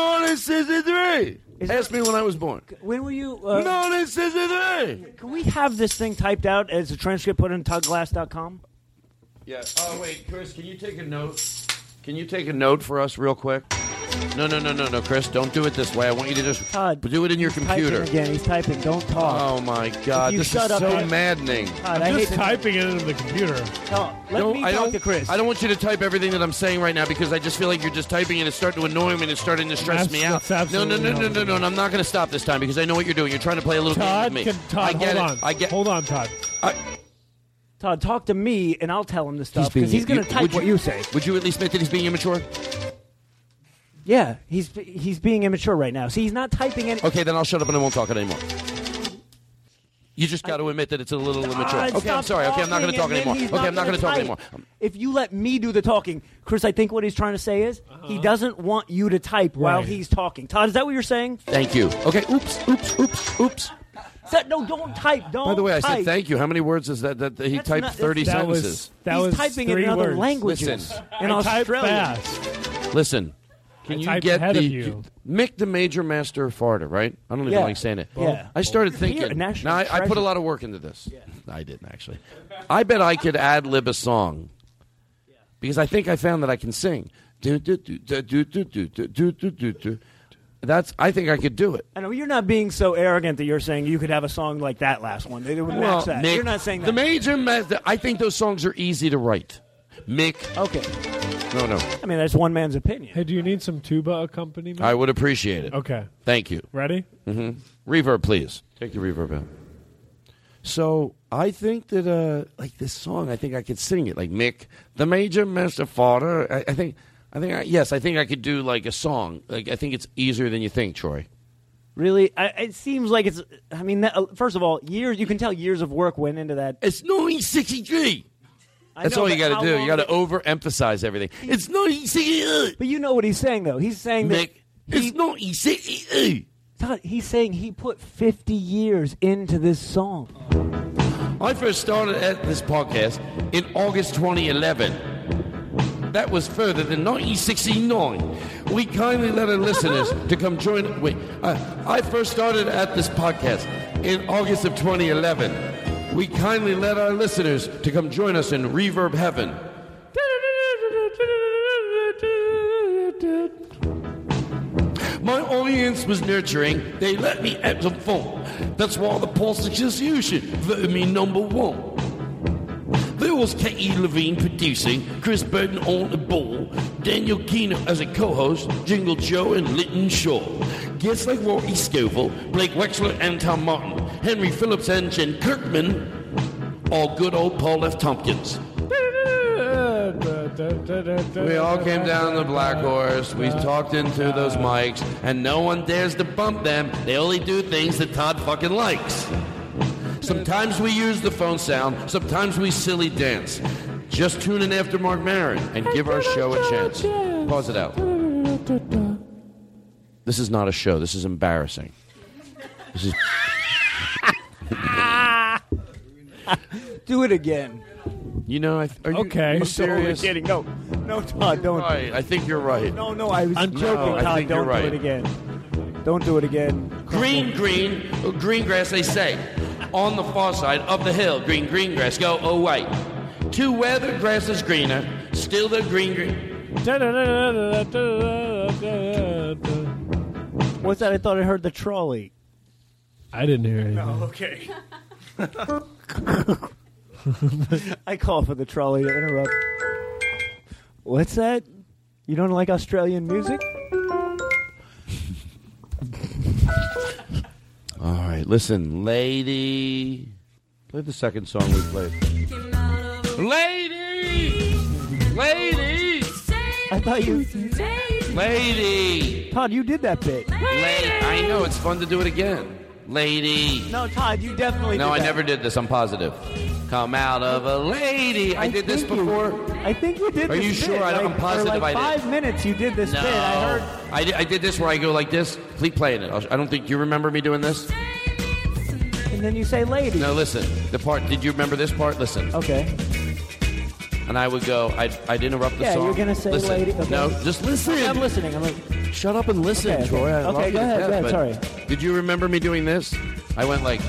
Speaker 3: Ask me when I was born.
Speaker 11: When were you? Uh,
Speaker 3: No, this is it.
Speaker 11: Can we have this thing typed out as a transcript put on tugglass.com?
Speaker 3: Yeah. Oh wait, Chris, can you take a note? Can you take a note for us real quick? No, no, no, no, no, Chris, don't do it this way. I want you to just do it in your computer.
Speaker 11: Typing again. He's typing. Don't talk.
Speaker 3: Oh my God,
Speaker 11: If you
Speaker 3: this
Speaker 11: shut
Speaker 3: is
Speaker 11: up,
Speaker 3: so
Speaker 11: I-
Speaker 3: maddening.
Speaker 11: God, I hate to-
Speaker 3: it into the computer.
Speaker 11: No, let me
Speaker 3: I
Speaker 11: talk
Speaker 3: don't,
Speaker 11: to Chris.
Speaker 3: I don't want you to type everything that I'm saying right now because I just feel like you're just typing and it's starting to annoy me and it's starting to stress
Speaker 5: That's-
Speaker 3: me out.
Speaker 5: that's absolutely
Speaker 3: no, no, no, no,
Speaker 5: not
Speaker 3: no, no, no. I'm not going to stop this time because I know what you're doing. You're trying to play a little
Speaker 5: Todd,
Speaker 3: game with me.
Speaker 5: can, Todd,
Speaker 3: I get
Speaker 5: hold
Speaker 3: it.
Speaker 5: on. I get, hold on, Todd.
Speaker 11: Todd, talk to me, and I'll tell him the stuff
Speaker 3: being-
Speaker 11: because he's going to type
Speaker 3: would
Speaker 11: what you say.
Speaker 3: Would you at least admit that he's being immature?
Speaker 11: Yeah, he's he's being immature right now. See, he's not typing any.
Speaker 3: Okay, then I'll shut up and I won't talk it anymore. You just got to admit that it's a little immature.
Speaker 11: God,
Speaker 3: okay, I'm
Speaker 11: stop
Speaker 3: sorry. Okay, I'm not going to
Speaker 11: talking,
Speaker 3: talk
Speaker 11: and then
Speaker 3: anymore.
Speaker 11: he's
Speaker 3: Okay, I'm not going to
Speaker 11: gonna
Speaker 3: talk
Speaker 11: type.
Speaker 3: anymore.
Speaker 11: If you let me do the talking, Chris, I think what he's trying to say is he doesn't want you to type while
Speaker 3: Right.
Speaker 11: he's talking. Todd, is that what you're saying?
Speaker 3: Thank you. Okay, oops, oops, oops, oops.
Speaker 11: Sa- no, don't type. Don't.
Speaker 3: By the way, I
Speaker 11: type.
Speaker 3: said thank you. How many words is that? That, that he
Speaker 11: That's
Speaker 3: typed
Speaker 11: not- that's-
Speaker 3: 30
Speaker 11: That was-
Speaker 3: sentences.
Speaker 11: that He's was typing in three other words. languages.
Speaker 3: Listen,
Speaker 11: In
Speaker 5: I type
Speaker 11: Australia.
Speaker 5: fast.
Speaker 3: Listen. Can
Speaker 5: I
Speaker 3: you
Speaker 5: typed
Speaker 3: get
Speaker 5: ahead
Speaker 3: the
Speaker 5: of you.
Speaker 3: Mick the major master farter? Right? I don't even
Speaker 5: Yeah.
Speaker 3: like saying it.
Speaker 5: Yeah.
Speaker 3: I started
Speaker 5: Here,
Speaker 3: thinking. now
Speaker 5: national
Speaker 3: I, I put a
Speaker 5: treasure.
Speaker 3: lot of work into this. I didn't actually. I bet I could ad lib a song because I think I found that I can sing. Do, do, do, do, do, do, do, do, do, do, do. That's. I think I could do it.
Speaker 11: I know you're not being so arrogant that you're saying you could have a song like that last one. They would match that.
Speaker 3: Mick-
Speaker 11: you're not saying
Speaker 3: The
Speaker 11: that.
Speaker 3: major master. I think those songs are easy to write. Mick.
Speaker 11: Okay.
Speaker 3: No, no.
Speaker 11: I mean, that's one man's opinion.
Speaker 5: Hey, do you need some tuba accompaniment?
Speaker 3: I would appreciate it.
Speaker 5: Okay.
Speaker 3: Thank you.
Speaker 5: Ready?
Speaker 3: hmm Reverb, please. Take the reverb out. So I think that, uh, like this song, I think I could sing it. Like Mick, the major master father. I, I think, I think, I, yes, I think I could do like a song. Like I think it's easier than you think, Troy.
Speaker 11: Really, I, it seems like it's. I mean, that, uh, first of all, years. You can tell years of work went into that.
Speaker 3: It's 1963. That's all you got to do. You got to overemphasize everything. It's not easy.
Speaker 11: But you know what he's saying, though. He's saying that.
Speaker 3: Mick, it's not easy.
Speaker 11: Todd, he's saying he put 50 years into this song.
Speaker 3: I first started at this podcast in August 2011. That was further than 1969. We kindly let our listeners to come join. Wait, uh, I first started at this podcast in August of 2011. We kindly let our listeners to come join us in Reverb Heaven. My audience was nurturing. They let me at the phone. That's why the Pulse Association voted me number one. There was K.E. Levine producing, Chris Burton on the ball, Daniel Keno as a co-host, Jingle Joe and Lytton Shaw. Guests like Rory Scoville, Blake Wexler and Tom Martin, Henry Phillips and Jen Kirkman, all good old Paul F. Tompkins. We all came down the Black Horse. We talked into those mics, and no one dares to bump them. They only do things that Todd fucking likes. Sometimes we use the phone sound. Sometimes we silly dance. Just tune in after Mark Maron and give our show a chance. Pause it out. This is not a show. This is embarrassing. This is.
Speaker 11: Do it again.
Speaker 3: You know, I th- are you,
Speaker 5: Okay.
Speaker 3: are you
Speaker 5: I'm totally
Speaker 3: serious?
Speaker 5: kidding.
Speaker 3: No,
Speaker 11: no, Todd, don't.
Speaker 3: Right. I think you're right.
Speaker 11: No, no, I was
Speaker 3: I'm
Speaker 11: joking,
Speaker 3: joking, I
Speaker 11: Todd.
Speaker 3: think you're
Speaker 11: Don't
Speaker 3: right.
Speaker 11: do it again. Don't do it again.
Speaker 3: Green, green, oh, green grass, they say. On the far side of the hill, green, green grass, go oh, away. To where the grass is greener, still the green, green. Uh,
Speaker 11: What's that? I thought I heard the trolley.
Speaker 5: I didn't hear anything.
Speaker 11: okay. <laughs> I call for the trolley to interrupt. What's that? You don't like Australian music?
Speaker 3: All right, listen, lady. Play the second song we played. Lady! Lady!
Speaker 11: I thought you.
Speaker 3: Lady!
Speaker 11: Todd, you did that bit.
Speaker 3: Lady! I know, it's fun to do it again. Lady!
Speaker 11: No, Todd, you definitely
Speaker 3: No,
Speaker 11: did
Speaker 3: I
Speaker 11: that.
Speaker 3: never did this. I'm positive. Come out of a lady. I, did this
Speaker 11: think you-
Speaker 3: before.
Speaker 11: I think you did
Speaker 3: Are
Speaker 11: this
Speaker 3: you
Speaker 11: bit,
Speaker 3: sure? I-
Speaker 11: like-
Speaker 3: I'm positive
Speaker 11: for like
Speaker 3: I did.
Speaker 11: five minutes you did this
Speaker 3: no.
Speaker 11: bit. I heard.
Speaker 3: I did, I did this where I go like this. Keep playing it. I'll- I don't think you remember me doing this.
Speaker 11: And then you say lady.
Speaker 3: No, listen. The part. Did you remember this part? Listen.
Speaker 11: Okay.
Speaker 3: And I would go. I'd, I'd interrupt the
Speaker 11: Yeah,
Speaker 3: song.
Speaker 11: you're gonna say
Speaker 3: listen.
Speaker 11: lady- okay.
Speaker 3: No, just listen.
Speaker 11: I'm listening. I'm like,
Speaker 3: Shut up and listen,
Speaker 11: Okay, okay.
Speaker 3: Troy. I
Speaker 11: Okay,
Speaker 3: love you
Speaker 11: go
Speaker 3: to
Speaker 11: ahead,
Speaker 3: death,
Speaker 11: go ahead,
Speaker 3: but
Speaker 11: sorry.
Speaker 3: Did you remember me doing this? I went like,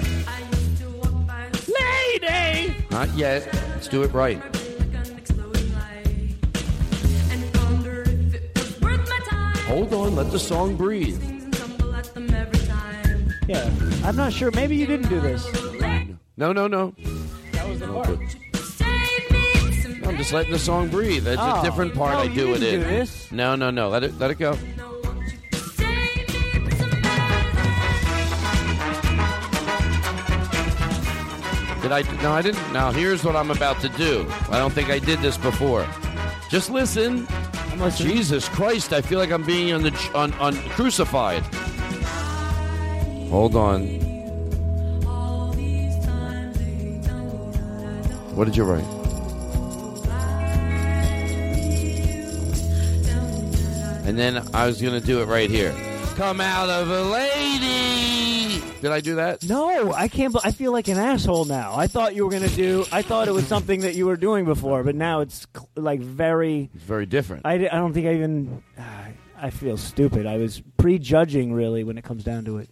Speaker 13: Lady!
Speaker 3: not yet. Let's do it right. Hold on. Let the song breathe.
Speaker 11: Yeah. I'm not sure. Maybe you didn't do this.
Speaker 3: No, no, no. That was the part. I'm just letting the song breathe. That's
Speaker 11: Oh.
Speaker 3: a different part
Speaker 11: No,
Speaker 3: I
Speaker 11: you
Speaker 3: do it
Speaker 11: didn't
Speaker 3: in.
Speaker 11: do this.
Speaker 3: No, no, no. Let it let it go. Did I No, I didn't. Now here's what I'm about to do. I don't think I did this before. Just listen. Jesus Christ, I feel like I'm being on the ch- on, on crucified. Hold on. What did you write? And then I was going to do it right here. Come out of a lady. Did I do that?
Speaker 11: No, I can't. bel- I feel like an asshole now. I thought you were gonna do. I thought it was something that you were doing before, but now it's cl- like very.
Speaker 3: It's very different.
Speaker 11: I, di- I don't think I even. ah, I feel stupid. I was prejudging really when it comes down to it.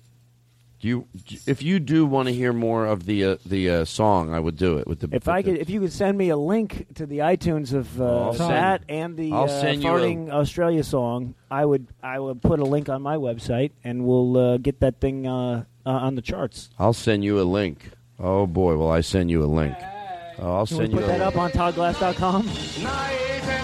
Speaker 3: Do you if you do want to hear more of the uh, the uh, song, I would do it with the
Speaker 11: If I could, if you could send me a link to the iTunes of uh,
Speaker 3: I'll send-
Speaker 11: that and the
Speaker 3: I'll
Speaker 11: uh,
Speaker 3: send you a-
Speaker 11: farting Australia song, I would I would put a link on my website and we'll uh, get that thing uh, uh, on the charts.
Speaker 3: I'll send you a link. Oh boy, will I send you a link. Oh, I'll
Speaker 11: Can
Speaker 3: send
Speaker 11: we put
Speaker 3: you a
Speaker 11: that
Speaker 3: link.
Speaker 11: up on ToddGlass.com?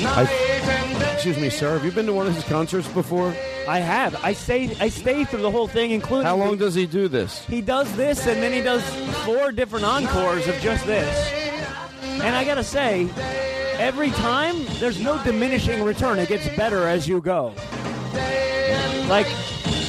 Speaker 3: I- excuse me, sir. Have you been to one of his concerts before?
Speaker 11: I have. I stay. I stay through the whole thing, including.
Speaker 3: How long does he do this?
Speaker 11: He does this, and then he does four different encores of just this. And I gotta say, every time there's no diminishing return. It gets better as you go. Like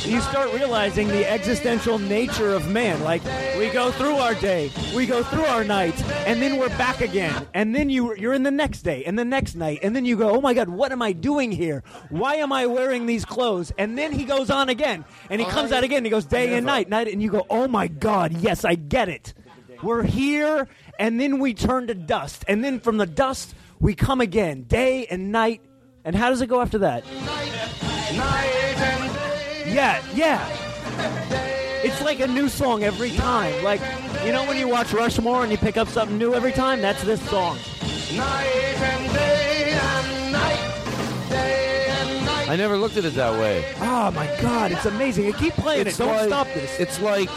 Speaker 11: you start realizing the existential nature of man. Like we go through our day, we go through our night, and then we're back again. And then you you're in the next day and the next night, and then you go, "Oh my god, what am I doing here? Why am I wearing these clothes?" And then he goes on again. And he comes out again. He goes day and night, night and you go, "Oh my god, yes, I get it. We're here and then we turn to dust. And then from the dust we come again, day and night. And how does it go after that? Yeah, yeah. It's like a new song every time. Like, you know when you watch Rushmore and you pick up something new every time? That's this song.
Speaker 3: I never looked at it that way.
Speaker 11: Oh my god, it's amazing. I keep playing it. Don't
Speaker 3: like-
Speaker 11: stop this.
Speaker 3: It's like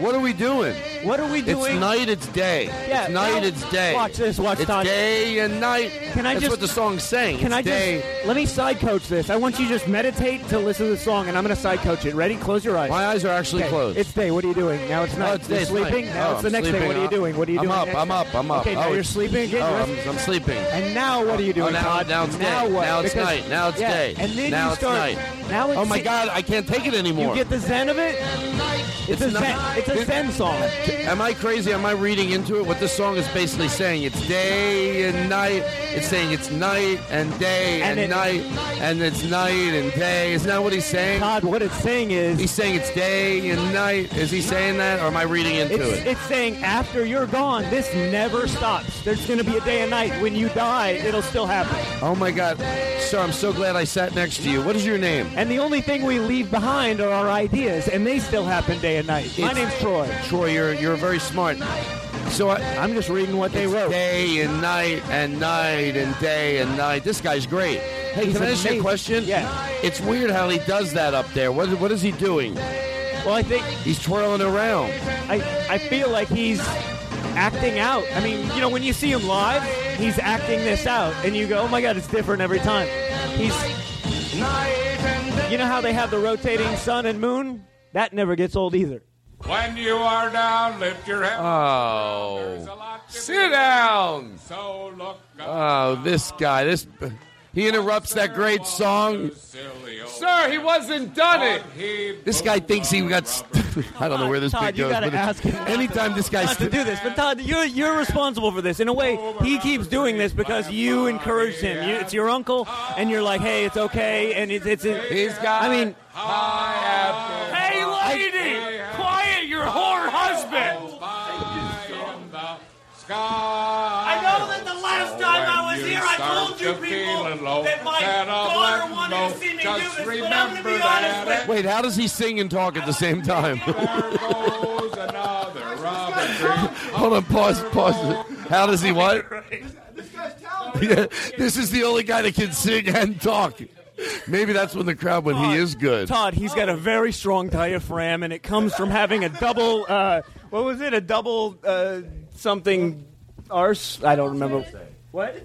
Speaker 3: What are we doing?
Speaker 11: What are we
Speaker 3: It's
Speaker 11: doing?
Speaker 3: night, it's day.
Speaker 11: Yeah,
Speaker 3: it's night,
Speaker 11: well,
Speaker 3: it's day.
Speaker 11: watch this, watch
Speaker 3: It's
Speaker 11: Todd.
Speaker 3: day and night.
Speaker 11: Can I
Speaker 3: That's
Speaker 11: just-
Speaker 3: what the song's saying.
Speaker 11: Can
Speaker 3: it's
Speaker 11: I
Speaker 3: day.
Speaker 11: just let me side coach this? I want you to just meditate to listen to the song, and I'm going to side coach it. Ready? Close your eyes.
Speaker 3: My eyes are actually
Speaker 11: Okay,
Speaker 3: closed.
Speaker 11: It's day. What are you doing? Now it's night.
Speaker 3: Oh, it's day,
Speaker 11: You're
Speaker 3: it's
Speaker 11: sleeping.
Speaker 3: night.
Speaker 11: Now
Speaker 3: Oh,
Speaker 11: it's the
Speaker 3: I'm
Speaker 11: next day. What are you
Speaker 3: sleeping.
Speaker 11: doing? What are you
Speaker 3: I'm
Speaker 11: doing?
Speaker 3: up,
Speaker 11: next
Speaker 3: I'm
Speaker 11: day?
Speaker 3: up, I'm up.
Speaker 11: Okay,
Speaker 3: Oh,
Speaker 11: now you're
Speaker 3: it's-
Speaker 11: sleeping again.
Speaker 3: oh,
Speaker 11: You're
Speaker 3: I'm-
Speaker 11: up.
Speaker 3: I'm sleeping.
Speaker 11: And now what are you
Speaker 3: Oh,
Speaker 11: doing?
Speaker 3: now-
Speaker 11: Todd?
Speaker 3: now it's
Speaker 11: now
Speaker 3: day.
Speaker 11: What?
Speaker 3: Now it's
Speaker 11: Because-
Speaker 3: night. Now it's
Speaker 11: yeah,
Speaker 3: day.
Speaker 11: And then
Speaker 3: Now
Speaker 11: you
Speaker 3: it's
Speaker 11: start.
Speaker 3: night.
Speaker 11: Now it's
Speaker 3: Oh my God, I can't take it anymore.
Speaker 11: You get the zen of it. It's, a zen.
Speaker 3: not-
Speaker 11: It's a zen song.
Speaker 3: Am I crazy? Am I reading into it? What this song is basically saying? It's day and night. It's saying it's night and day and,
Speaker 11: And it-
Speaker 3: night and it's night and day. Isn't that what he's saying?
Speaker 11: Todd, what it's saying is
Speaker 3: he's saying it's day and night. Is he saying that, or am I reading into
Speaker 11: It's,
Speaker 3: it?
Speaker 11: it's saying after you're gone, this never stops. There's going to be a day and night. When you die, it'll still happen.
Speaker 3: Oh my God, sir! I'm so glad I sat next to you. What is your name?
Speaker 11: And the only thing we leave behind are our ideas, and they still happen day and night. My
Speaker 3: It's-
Speaker 11: name's Troy.
Speaker 3: Troy, you're you're very smart. So I,
Speaker 11: I'm just reading what they wrote.
Speaker 3: Day and night and night and day and night. This guy's great. Hey,
Speaker 11: He's
Speaker 3: can I ask you a
Speaker 11: amazing.
Speaker 3: question?
Speaker 11: Yeah.
Speaker 3: It's weird how he does that up there. What what is he doing?
Speaker 11: Well, I think
Speaker 3: he's twirling around.
Speaker 11: I, I feel like he's acting out. I mean, you know, when you see him live, he's acting this out, and you go, oh my God, it's different every time. He's. You know how they have the rotating sun and moon? That never gets old either.
Speaker 15: When you are down, lift your head.
Speaker 3: Oh, sit down.
Speaker 15: So look
Speaker 3: Oh, this guy. This he interrupts that great song. Sir, he wasn't done it. This guy thinks he got. St- <laughs> I don't know where this
Speaker 11: Todd,
Speaker 3: bit
Speaker 11: you
Speaker 3: goes.
Speaker 11: gotta
Speaker 3: but it's-
Speaker 11: ask him.
Speaker 3: Anytime this guy
Speaker 11: not to do this, but Todd, you're you're responsible for this in a way. He keeps doing this because you encouraged him. You, it's your uncle, and you're like, hey, it's okay, and it's it's. it's
Speaker 3: He's got.
Speaker 11: I mean,
Speaker 8: Hey, lady! quiet your whore husband! I know that the last time I was here, I told you people that my daughter wanted to see me do this, but I'm gonna be honest with
Speaker 3: Wait, how does he sing and talk at the same time? Hold on, pause, pause. How does he what? Yeah, this is the only guy that can sing and talk. Maybe that's when the crowd when he is good.
Speaker 11: Todd, he's
Speaker 3: Oh.
Speaker 11: got a very strong diaphragm, and it comes from having a double. Uh, what was it? A double uh, something arse? I don't remember. What?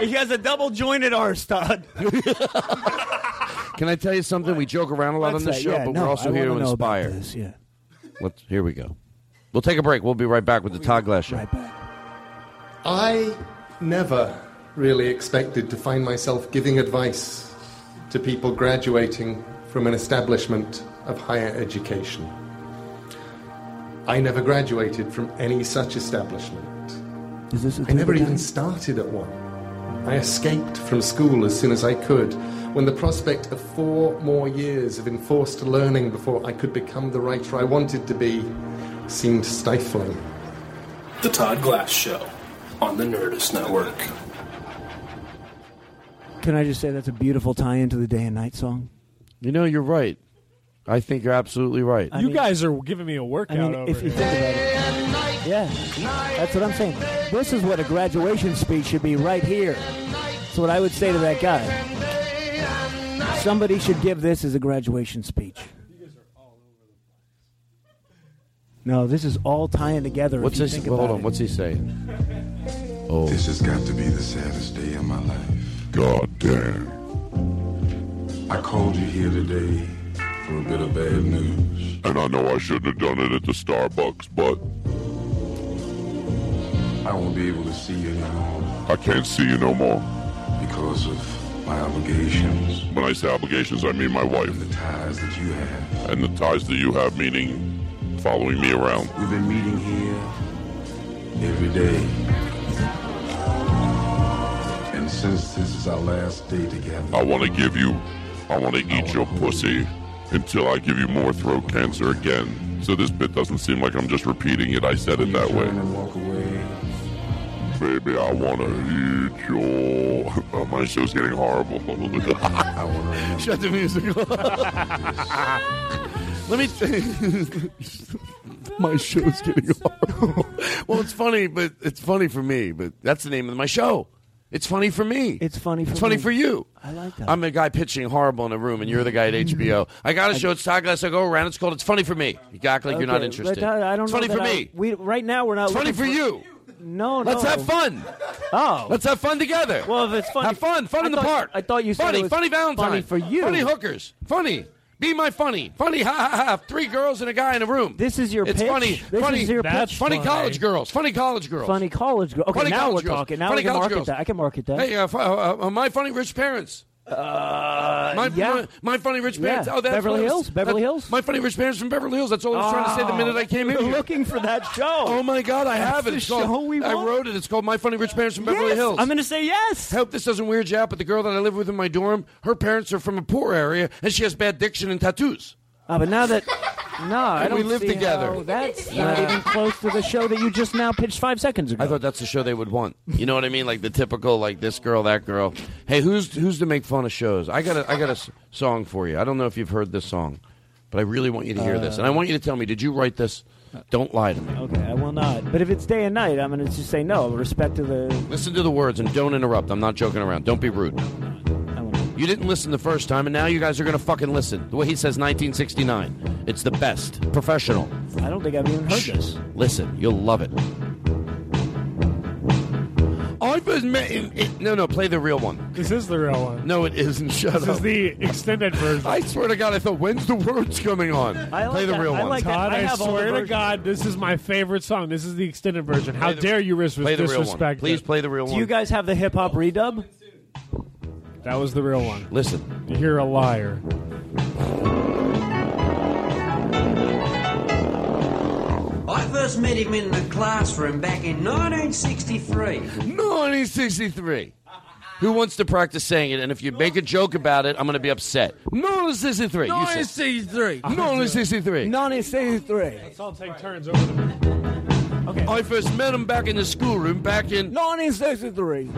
Speaker 11: He has a double jointed arse,
Speaker 3: <laughs>
Speaker 11: Todd.
Speaker 3: Can I tell you something? We joke around a lot
Speaker 11: That's
Speaker 3: on this
Speaker 11: it,
Speaker 3: show,
Speaker 11: yeah,
Speaker 3: but
Speaker 11: no,
Speaker 3: we're also
Speaker 11: I
Speaker 3: here to
Speaker 11: wanna know about
Speaker 3: inspire.
Speaker 11: this, yeah.
Speaker 3: Let's here we go. We'll take a break. We'll be right back with the Todd Glass show.
Speaker 17: I never really expected to find myself giving advice to people graduating from an establishment of higher education. I never graduated from any such establishment.
Speaker 18: Is this
Speaker 17: I never even started at one. I escaped from school as soon as I could when the prospect of four more years of enforced learning before I could become the writer I wanted to be seemed stifling.
Speaker 5: The Todd Glass Show on the Nerdist Network.
Speaker 18: Can I just say that's a beautiful tie into the day and night song?
Speaker 3: You know, you're right. I think you're absolutely right.
Speaker 19: you guys are giving me a workout
Speaker 18: I mean,
Speaker 19: over
Speaker 18: if you
Speaker 19: here.
Speaker 18: think about it, yeah, that's what I'm saying. This is what a graduation speech should be right here. That's what I would say to that guy. Somebody should give this as a graduation speech. No, this is all tying together. if
Speaker 3: What's
Speaker 18: you
Speaker 3: this?
Speaker 18: think
Speaker 3: Well, hold
Speaker 18: about
Speaker 3: on.
Speaker 18: it.
Speaker 3: What's he saying? Oh.
Speaker 20: This has got to be the saddest day of my life. God damn. I called you here today for a bit of bad news. And I know I shouldn't have done it at the Starbucks, but. I won't be able to see you now. I can't see you no more. Because of my obligations. When I say obligations, I mean my wife. And the ties that you have. And the ties that you have, meaning following me around. We've been meeting here every day. And since this is our last day together, I want to give you, I want to eat your pussy until I give you more throat cancer again. So this bit doesn't seem like I'm just repeating it. I said it that way. Baby, I want to eat your. <laughs> Oh, my show's getting horrible.
Speaker 18: <laughs>
Speaker 20: <laughs>
Speaker 3: Shut the music off. <laughs> Let me. <laughs> my
Speaker 20: <laughs>
Speaker 3: show's getting horrible. well, it's funny, but it's funny for me. But that's the name of my show. It's funny for me.
Speaker 8: It's funny for
Speaker 3: It's funny
Speaker 8: me.
Speaker 3: for you.
Speaker 8: I like that.
Speaker 3: I'm the guy pitching horrible in a room, and you're the guy at
Speaker 8: Mm-hmm.
Speaker 3: HBO. I got a show. It's Todd Glass. I go around. It's called It's Funny for Me. You act like you're not
Speaker 8: Okay,
Speaker 3: interested.
Speaker 8: but I, I don't
Speaker 3: it's
Speaker 8: know
Speaker 3: funny
Speaker 8: that
Speaker 3: for
Speaker 8: I-
Speaker 3: me.
Speaker 8: We right now we're not.
Speaker 3: It's funny
Speaker 8: looking
Speaker 3: for you.
Speaker 8: No, no.
Speaker 3: Let's have fun.
Speaker 8: Oh,
Speaker 3: let's have fun together.
Speaker 8: Well, if it's funny,
Speaker 3: Have fun. Fun
Speaker 8: I
Speaker 3: in the
Speaker 8: thought-
Speaker 3: park.
Speaker 8: I thought you said
Speaker 3: funny,
Speaker 8: it was
Speaker 3: funny Valentine.
Speaker 8: funny for you.
Speaker 3: Funny hookers. Funny. Be my funny. Funny. Ha ha ha. Three girls and a guy in a room.
Speaker 8: This is your
Speaker 3: It's
Speaker 8: pitch?
Speaker 3: funny.
Speaker 8: This
Speaker 3: funny.
Speaker 8: is your That's pitch?
Speaker 3: funny
Speaker 8: funny.
Speaker 3: college girls. Funny college girls.
Speaker 8: Funny college girl. Okay,
Speaker 3: Funny
Speaker 8: now
Speaker 3: college
Speaker 8: we're
Speaker 3: girls.
Speaker 8: talking. Now
Speaker 3: Funny
Speaker 8: I can
Speaker 3: college
Speaker 8: market
Speaker 3: girls.
Speaker 8: that. I can market that.
Speaker 3: Hey, uh, fu- uh, uh, my funny rich parents. Uh, my,
Speaker 8: yeah.
Speaker 3: my, my funny rich parents.
Speaker 8: Yeah.
Speaker 3: Oh, that's
Speaker 8: Beverly
Speaker 3: what I was-
Speaker 8: Hills, Beverly
Speaker 3: that-
Speaker 8: Hills.
Speaker 3: My funny rich parents from Beverly Hills. That's all I was trying to say the minute I came in.
Speaker 8: We're
Speaker 3: here.
Speaker 8: looking for that
Speaker 3: <laughs>
Speaker 8: show.
Speaker 3: Oh my God, I have
Speaker 8: That's
Speaker 3: it.
Speaker 8: The
Speaker 3: It's
Speaker 8: show
Speaker 3: called,
Speaker 8: we
Speaker 3: I
Speaker 8: want.
Speaker 3: wrote it. It's called My Funny Rich Parents from Beverly
Speaker 8: Yes,
Speaker 3: Hills.
Speaker 8: I'm gonna say yes.
Speaker 3: Hope this doesn't weird you out, but the girl that I live with in my dorm, her parents are from a poor area, and she has bad diction and tattoos.
Speaker 8: Ah, but now that
Speaker 3: <laughs>
Speaker 8: no, I
Speaker 3: And
Speaker 8: don't
Speaker 3: we live
Speaker 8: see
Speaker 3: together.
Speaker 8: how that's not even close to the show that you just now pitched five seconds ago.
Speaker 3: I thought that's the show they would want. You know what I mean? Like the typical, like this girl, that girl. Hey, who's who's to make fun of shows? I got a, I got a s- song for you. I don't know if you've heard this song, but I really want you to hear this, and I want you to tell me, did you write this? Don't lie to me.
Speaker 8: Okay, I will not. But if it's day and night, I'm gonna just say no. Respect to the.
Speaker 3: Listen to the words and don't interrupt. I'm not joking around. Don't be rude. You didn't listen the first time, and now you guys are going to fucking listen. The way he says 1969, it's the best. Professional.
Speaker 8: I don't think I've even heard this.
Speaker 3: Listen, you'll love it. I was met in. It, no, no, play the real one.
Speaker 5: This is the real one.
Speaker 3: No, it isn't. Shut
Speaker 5: This
Speaker 3: up.
Speaker 5: is the extended version.
Speaker 3: I swear to God, I thought, when's the words coming on?
Speaker 5: I
Speaker 3: play the real one.
Speaker 5: Todd, I,
Speaker 3: have all the
Speaker 5: swear to
Speaker 3: versions.
Speaker 5: God, this is my favorite song. This is the extended version. How
Speaker 3: the-
Speaker 5: dare you risk
Speaker 3: play the real one.
Speaker 5: disrespect?
Speaker 3: Please play the real
Speaker 8: Do you guys have the hip hop redub?
Speaker 5: That was the real one.
Speaker 3: Listen.
Speaker 5: You're a liar.
Speaker 16: I first met him in the classroom back in 1963.
Speaker 3: 1963. Who wants to practice saying it? And if you make a joke about it, I'm going to be upset. 1963. You said- 1963.
Speaker 18: 1963.
Speaker 8: 1963.
Speaker 5: Let's all take turns over the
Speaker 3: I first met him back in the schoolroom back in
Speaker 8: 1963.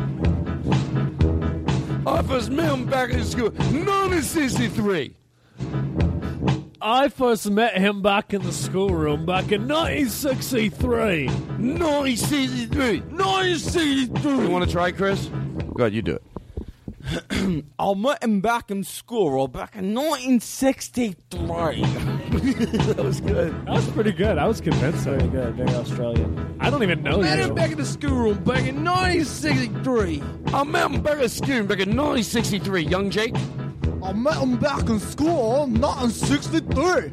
Speaker 3: I first met him back in school 1963.
Speaker 5: I first met him back in the schoolroom back in 1963.
Speaker 3: 1963.
Speaker 18: 1963.
Speaker 3: You want to try,
Speaker 18: <clears throat>
Speaker 3: Chris? Go ahead, you do it.
Speaker 18: I met him back in school back in 1963.
Speaker 21: <laughs>
Speaker 3: that was good.
Speaker 5: That was pretty good. I was convinced. Very
Speaker 8: good. Very Australian.
Speaker 5: I don't even know
Speaker 18: met
Speaker 5: you.
Speaker 18: him back in the schoolroom back in 1963.
Speaker 3: I met him back in school back in 1963. Young Jake.
Speaker 18: I met him back in school, not
Speaker 8: <laughs>
Speaker 18: in 63.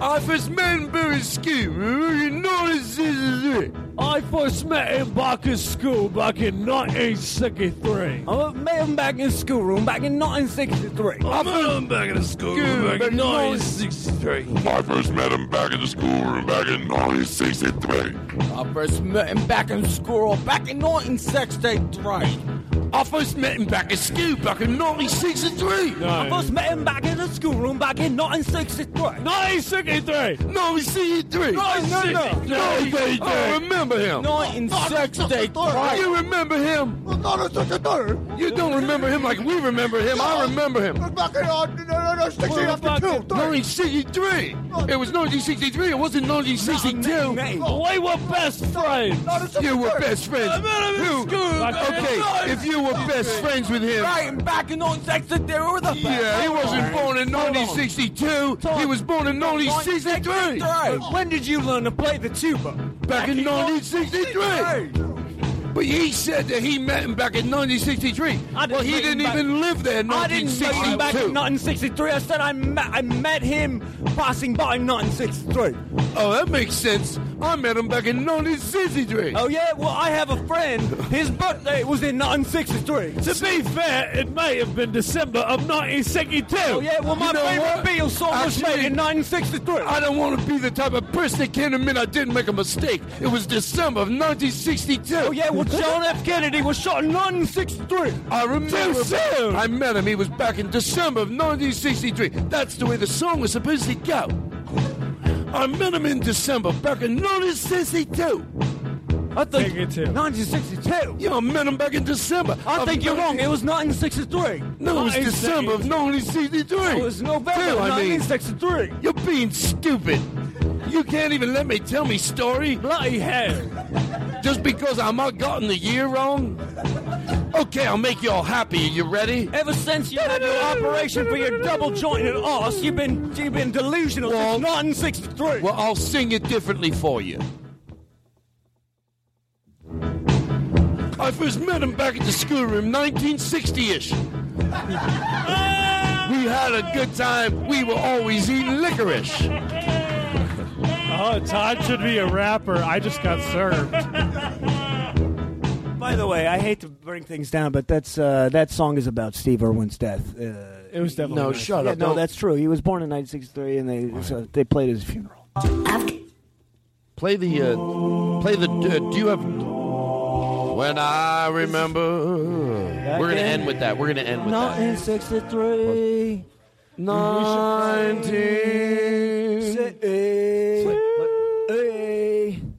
Speaker 3: I first met him back in school back in 1963.
Speaker 5: I first met him back in school back in 1963.
Speaker 8: I met him back in schoolroom back in 1963.
Speaker 3: I met him
Speaker 18: back in the school
Speaker 3: back in
Speaker 18: 1963.
Speaker 20: I first met him back in the schoolroom back in 1963.
Speaker 18: I first met him back in school back in 1963.
Speaker 3: I first met him back in school back in 1963.
Speaker 8: I first met him back in the schoolroom back in 1963.
Speaker 5: 1963.
Speaker 3: 1963.
Speaker 18: No, no, no.
Speaker 3: 1963. I remember him.
Speaker 18: 1963.
Speaker 3: You remember him. You don't remember him like we remember him. I remember him.
Speaker 18: Back in 1963 after two.
Speaker 3: 1963. It was 1963. It wasn't 1962.
Speaker 5: We were best friends.
Speaker 3: You were best friends.
Speaker 18: I met him in
Speaker 3: Who-
Speaker 18: school.
Speaker 3: Okay, if you were best friends with him.
Speaker 18: Right, and back in 1963, we were the
Speaker 3: Yeah, he wasn't born in 1962. He was born in 1963.
Speaker 18: When did you learn to play the tuba?
Speaker 3: Back in 1963. But he said that he met him back in 1963. Well, he
Speaker 8: meet him
Speaker 3: didn't
Speaker 8: back-
Speaker 3: even live there in
Speaker 8: I didn't meet him back in
Speaker 3: 1962.
Speaker 8: 1963. I said I met, I met him passing by in 1963.
Speaker 3: Oh, that makes sense. I met him back in 1963.
Speaker 8: Oh yeah, well I have a friend. His birthday was in 1963.
Speaker 5: To be fair, it may have been December of 1962.
Speaker 8: Oh yeah, well my
Speaker 3: You know
Speaker 8: favorite
Speaker 3: what?
Speaker 8: Beatles song was
Speaker 3: Actually-
Speaker 8: made in 1963.
Speaker 3: I don't want to be the type of person that can't admit I didn't make a mistake. It was December of 1962.
Speaker 8: Oh yeah, well John F. Kennedy was shot in 1963.
Speaker 3: I remember.
Speaker 8: Too soon!
Speaker 3: I met him. He was back in December of 1963. That's the way the song was supposed to go. I met him in December back in 1962.
Speaker 8: I think
Speaker 5: Negative.
Speaker 8: 1962.
Speaker 3: Yeah, I met him back in December.
Speaker 8: I think you're wrong. It was 1963.
Speaker 3: No, it was December of 1963.
Speaker 22: Oh,
Speaker 8: It was November
Speaker 3: Two,
Speaker 8: of
Speaker 3: I mean,
Speaker 8: 1963.
Speaker 3: you're being stupid. You can't even let me tell me story.
Speaker 5: Bloody hell.
Speaker 3: Just because I'm not gotten the year wrong? Okay, I'll make y'all happy. You ready?
Speaker 22: Ever since you had your operation for your double jointed ass, you've been you've been delusional. Well, not in '63.
Speaker 3: Well, I'll sing it differently for you. I first met him back at the schoolroom,
Speaker 22: <laughs>
Speaker 3: 1960-ish. we had a good time. We were always eating
Speaker 5: <laughs>
Speaker 3: licorice.
Speaker 21: Oh, Todd should be a rapper. I just got served.
Speaker 11: By the way, I hate to bring things down, but that's uh, that song is about Steve Irwin's death. Uh,
Speaker 21: It was definitely
Speaker 11: no,
Speaker 21: nice.
Speaker 11: shut up. no, that's true. He was born in 1963, and they so they played his funeral.
Speaker 3: Play the, uh, play the. Uh, do you have? When I remember, we're gonna end with that. We're gonna end with that.
Speaker 11: 1963. 1963.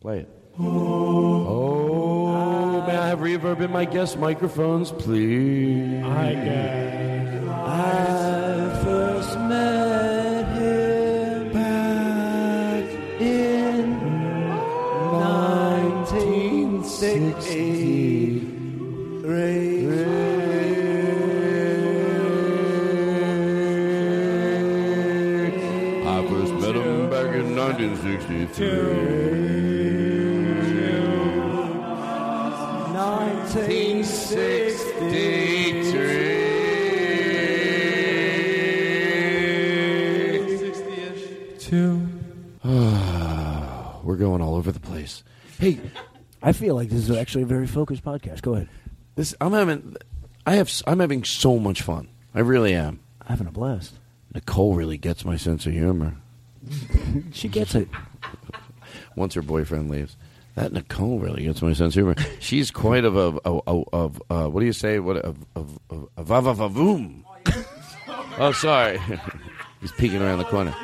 Speaker 3: Play it. Oh, may I have reverb in my guest microphones, please? I guess.
Speaker 22: I first met him back in 1963.
Speaker 3: I first met him back in 1963.
Speaker 22: 1963.
Speaker 11: Two.
Speaker 3: <sighs> We're going all over the place. Hey,
Speaker 11: I feel like this is actually a very focused podcast. Go ahead.
Speaker 3: This I'm having, I have, I'm having so much fun. I really am.
Speaker 11: Having a blast.
Speaker 3: Nicole really gets my sense of humor.
Speaker 11: she gets it.
Speaker 3: Once her boyfriend leaves, that Nicole really gets my sense of humor. She's quite of a, a, a of uh, what do you say? What of of of a va- va- va- voom. Oh, sorry. <laughs> He's peeking around the corner.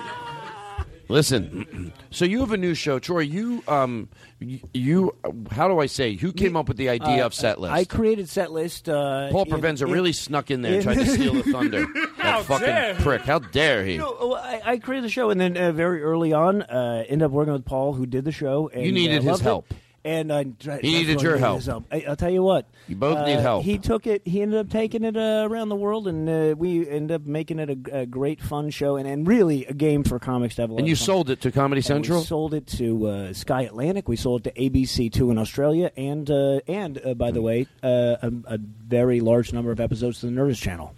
Speaker 3: Listen, so you have a new show, Troy. You, um, y- you, how do I say? Who came up with the idea
Speaker 11: Uh,
Speaker 3: of set list?
Speaker 11: I created set list. Uh,
Speaker 3: Paul
Speaker 11: in-
Speaker 3: Provenza
Speaker 11: in-
Speaker 3: really snuck in there and tried to
Speaker 11: <laughs>
Speaker 3: steal the thunder.
Speaker 11: How
Speaker 3: that fucking
Speaker 11: dare he.
Speaker 3: prick! How dare he?
Speaker 11: No, oh, I, I created the show, and then uh, very early on, uh, ended up working with Paul, who did the show. And,
Speaker 3: You
Speaker 11: uh,
Speaker 3: needed his
Speaker 11: loved it.
Speaker 3: help.
Speaker 11: And uh, I tried,
Speaker 3: He needed
Speaker 11: definitely
Speaker 3: your help.
Speaker 11: his I, I'll tell you what. Uh,
Speaker 3: You both need help.
Speaker 11: He took it. He ended up taking it uh, around the world, and uh, we ended up making it a, a great fun show, and, and really a game for comics to have. A lot
Speaker 3: And
Speaker 11: of
Speaker 3: you
Speaker 11: fun.
Speaker 3: sold it to Comedy
Speaker 11: And we
Speaker 3: Central.
Speaker 11: sold it to uh, Sky Atlantic. We sold it to ABC Two in Australia, and uh, and uh, by the way, uh, a, a very large number of episodes to the Nerdist Channel.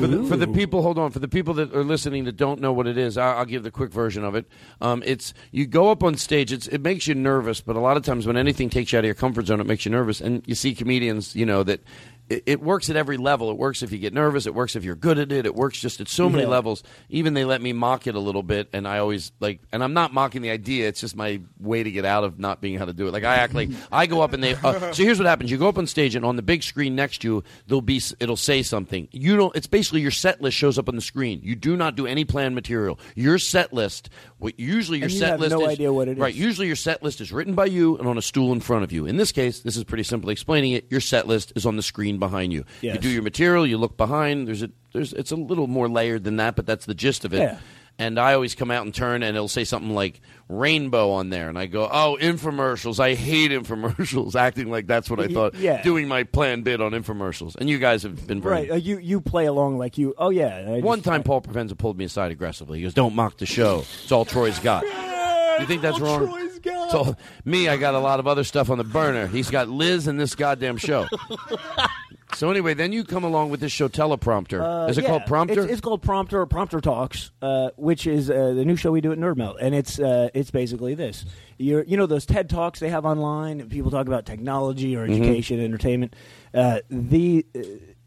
Speaker 3: For the, for the people, hold on. For the people that are listening that don't know what it is, I, I'll give the quick version of it. Um, it's you go up on stage. It's, it makes you nervous, but a lot of times when anything takes you out of your comfort zone, it makes you nervous. And you see comedians, you know that it, it works at every level. It works if you get nervous. It works if you're good at it. It works just at so many
Speaker 23: Yeah.
Speaker 3: levels. Even they let me mock it a little bit, and I always like. And I'm not mocking the idea. It's just my way to get out of not being how to do it. Like I act like I go up and they.
Speaker 11: <laughs>
Speaker 3: Uh, so here's what happens: you go up on stage, and on the big screen next to you, there'll be it'll say something. You don't. It's basically your set list shows up on the screen. You do not do any planned material. Your set list. What usually your
Speaker 11: And you
Speaker 3: set
Speaker 11: have
Speaker 3: list
Speaker 11: no
Speaker 3: is
Speaker 11: idea what it is.
Speaker 3: right. Usually your set list is written by you and on a stool in front of you. In this case, this is pretty simple. Explaining it, your set list is on the screen behind you. You
Speaker 23: Yes.
Speaker 3: do your material. You look behind. There's a there's it's a little more layered than that, but that's the gist of it.
Speaker 23: Yeah.
Speaker 3: And I always come out and turn, and it'll say something like rainbow on there. And I go, oh, infomercials. I hate <laughs> infomercials, acting like that's what I
Speaker 11: Y-
Speaker 3: thought.
Speaker 11: yeah.
Speaker 3: Doing my planned bid on infomercials. And you guys have been very.
Speaker 11: Right, uh, you you play along like you. Oh yeah, I
Speaker 3: One time, Paul Provenza pulled me aside aggressively. He goes, "Don't mock the show. It's all
Speaker 11: <laughs>
Speaker 3: Troy's got." You think that's wrong? It's all- me, I got a lot of other stuff on the burner. He's got Liz and this
Speaker 11: <laughs>
Speaker 3: goddamn show. so anyway, then you come along with this show teleprompter.
Speaker 11: Uh,
Speaker 3: Is it
Speaker 11: yeah,
Speaker 3: called prompter?
Speaker 11: It's, it's called Prompter or Prompter Talks, uh, which is uh, the new show we do at Nerd Melt, and it's uh, it's basically this. You're, you know those TED Talks they have online, and people talk about technology or
Speaker 23: Mhm.
Speaker 3: Mm-hmm.
Speaker 11: education, entertainment. Uh, the uh,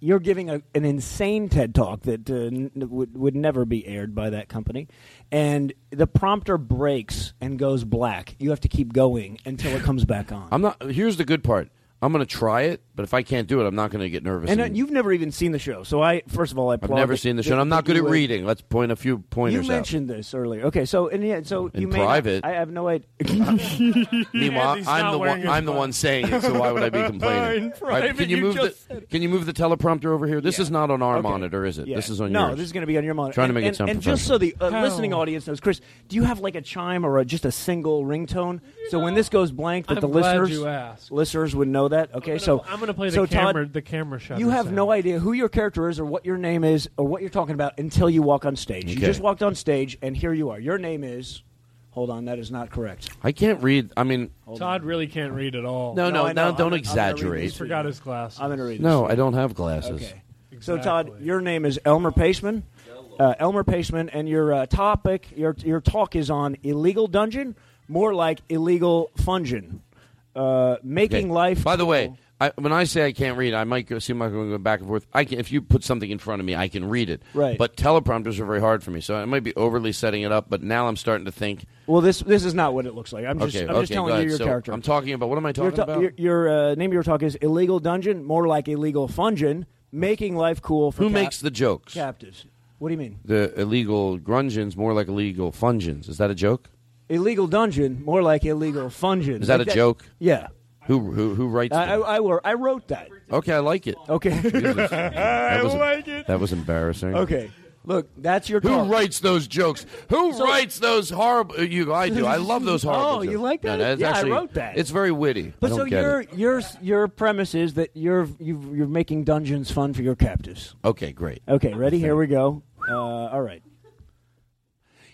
Speaker 11: you're giving a, an insane TED Talk that uh, n- would would never be aired by that company, and the prompter breaks and goes black. You have to keep going until it comes back on.
Speaker 3: I'm not. Here's the good part. I'm going to try it, but if I can't do it, I'm not going to get nervous.
Speaker 11: And uh,
Speaker 3: and-
Speaker 11: you've never even seen the show, so I first of all I
Speaker 3: I've
Speaker 11: applaud
Speaker 3: never
Speaker 11: that-
Speaker 3: seen the
Speaker 11: that-
Speaker 3: show. and I'm not
Speaker 11: that
Speaker 3: good
Speaker 11: you
Speaker 3: at
Speaker 11: would-
Speaker 3: reading. Let's point a few pointers
Speaker 11: You
Speaker 3: out.
Speaker 11: mentioned this earlier. Okay, so and yeah, so you may not-
Speaker 3: private.
Speaker 11: I have no
Speaker 3: <laughs>
Speaker 11: idea.
Speaker 3: Meanwhile, I'm the one. I'm the one saying it. So why would I be
Speaker 11: <laughs>
Speaker 3: complaining?
Speaker 11: In
Speaker 3: All right,
Speaker 11: private,
Speaker 3: can you,
Speaker 11: you
Speaker 3: move
Speaker 11: just
Speaker 3: the Can you move the teleprompter over here? This is not on our monitor, is it?
Speaker 11: Yeah.
Speaker 3: This is on
Speaker 11: no,
Speaker 3: yours.
Speaker 11: this is going to be on your monitor.
Speaker 3: Trying
Speaker 11: And-
Speaker 3: to make it
Speaker 11: and,
Speaker 3: sound
Speaker 11: And just so the uh,
Speaker 3: professional.
Speaker 11: listening audience knows, Chris, do you have like a chime or a, just a single ringtone? So when this goes blank, that
Speaker 5: I'm
Speaker 11: the
Speaker 5: glad
Speaker 11: listeners
Speaker 5: you asked.
Speaker 11: listeners would know that. Okay, so
Speaker 5: I'm gonna play the
Speaker 11: so
Speaker 5: camera-
Speaker 11: Todd,
Speaker 5: the camera shutter
Speaker 11: You have
Speaker 5: sound.
Speaker 11: no idea who your character is or what your name is or what you're talking about until you walk on stage. You
Speaker 3: Okay.
Speaker 11: just walked on stage, and here you are. Your name is. Hold on, that is not correct.
Speaker 3: I can't read. I mean,
Speaker 5: Todd really can't read at all.
Speaker 3: No, no, No, I no, know. don't I'm- I'm gonna read
Speaker 5: He
Speaker 3: exaggerate. this
Speaker 5: forgot his glasses.
Speaker 11: I'm going to read this.
Speaker 3: no, I don't have glasses.
Speaker 11: So, Todd, your name is Elmer Paceman. Uh, Elmer Paceman, and your uh, topic, your your talk is on illegal dungeon, more like illegal fungin, uh, making
Speaker 3: Okay.
Speaker 11: life.
Speaker 3: By the way, I, when I say I can't read, I might go, seem like I'm going to go back and forth. I can, if you put something in front of me, I can read it.
Speaker 11: Right.
Speaker 3: But teleprompters are very hard for me, so I might be overly setting it up. But now I'm starting to think.
Speaker 11: Well, this this is not what it looks like. I'm just
Speaker 3: okay,
Speaker 11: I'm
Speaker 3: okay,
Speaker 11: just
Speaker 3: go
Speaker 11: telling you
Speaker 3: ahead.
Speaker 11: your
Speaker 3: So
Speaker 11: character.
Speaker 3: I'm talking about. What am I
Speaker 11: your
Speaker 3: talking
Speaker 11: to-
Speaker 3: about?
Speaker 11: your, your, uh, name of your talk is illegal dungeon, more like illegal fungin, making life cool for
Speaker 3: Who
Speaker 11: cap-
Speaker 3: makes the jokes?
Speaker 11: Captives. What do you mean?
Speaker 3: the illegal grungeons more like illegal fungins. Is that a joke?
Speaker 11: Illegal dungeon, more like illegal fungin.
Speaker 3: Is that
Speaker 11: Like
Speaker 3: a joke?
Speaker 11: Yeah.
Speaker 3: Who who, who writes?
Speaker 11: Uh, I, I,
Speaker 3: them?
Speaker 11: I, wor- I wrote that.
Speaker 3: okay, I like it.
Speaker 11: Okay. <laughs>
Speaker 3: Jesus. That was,
Speaker 11: like it.
Speaker 3: That was embarrassing.
Speaker 11: Okay. Look, that's your
Speaker 3: Who
Speaker 11: talk.
Speaker 3: writes those jokes? Who writes those horrible? uh, You, I do. I love those horrible.
Speaker 11: Oh, you
Speaker 3: jokes.
Speaker 11: like that?
Speaker 3: No, no, it's
Speaker 11: Yeah, I
Speaker 3: actually-
Speaker 11: wrote that.
Speaker 3: It's very witty. I
Speaker 11: But
Speaker 3: don't
Speaker 11: so
Speaker 3: get it.
Speaker 11: your your your premise is that you're you you're making dungeons fun for your captives.
Speaker 3: Okay, great.
Speaker 11: Okay, ready? Here we go. Uh, all right.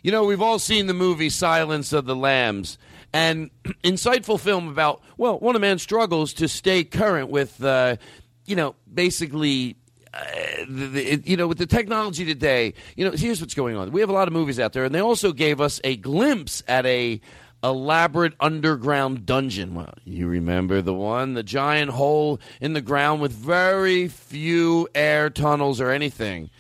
Speaker 3: You know, we've all seen the movie Silence of the Lambs, an <clears throat> insightful film about, well, when a man struggles to stay current with, uh, you know, basically. Uh, the, the, it- you know, with the technology today, you know, here's what's going on. We have a lot of movies out there, and they also gave us a glimpse at a elaborate underground dungeon. Well, you remember the one, the giant hole in the ground with very few air tunnels or anything.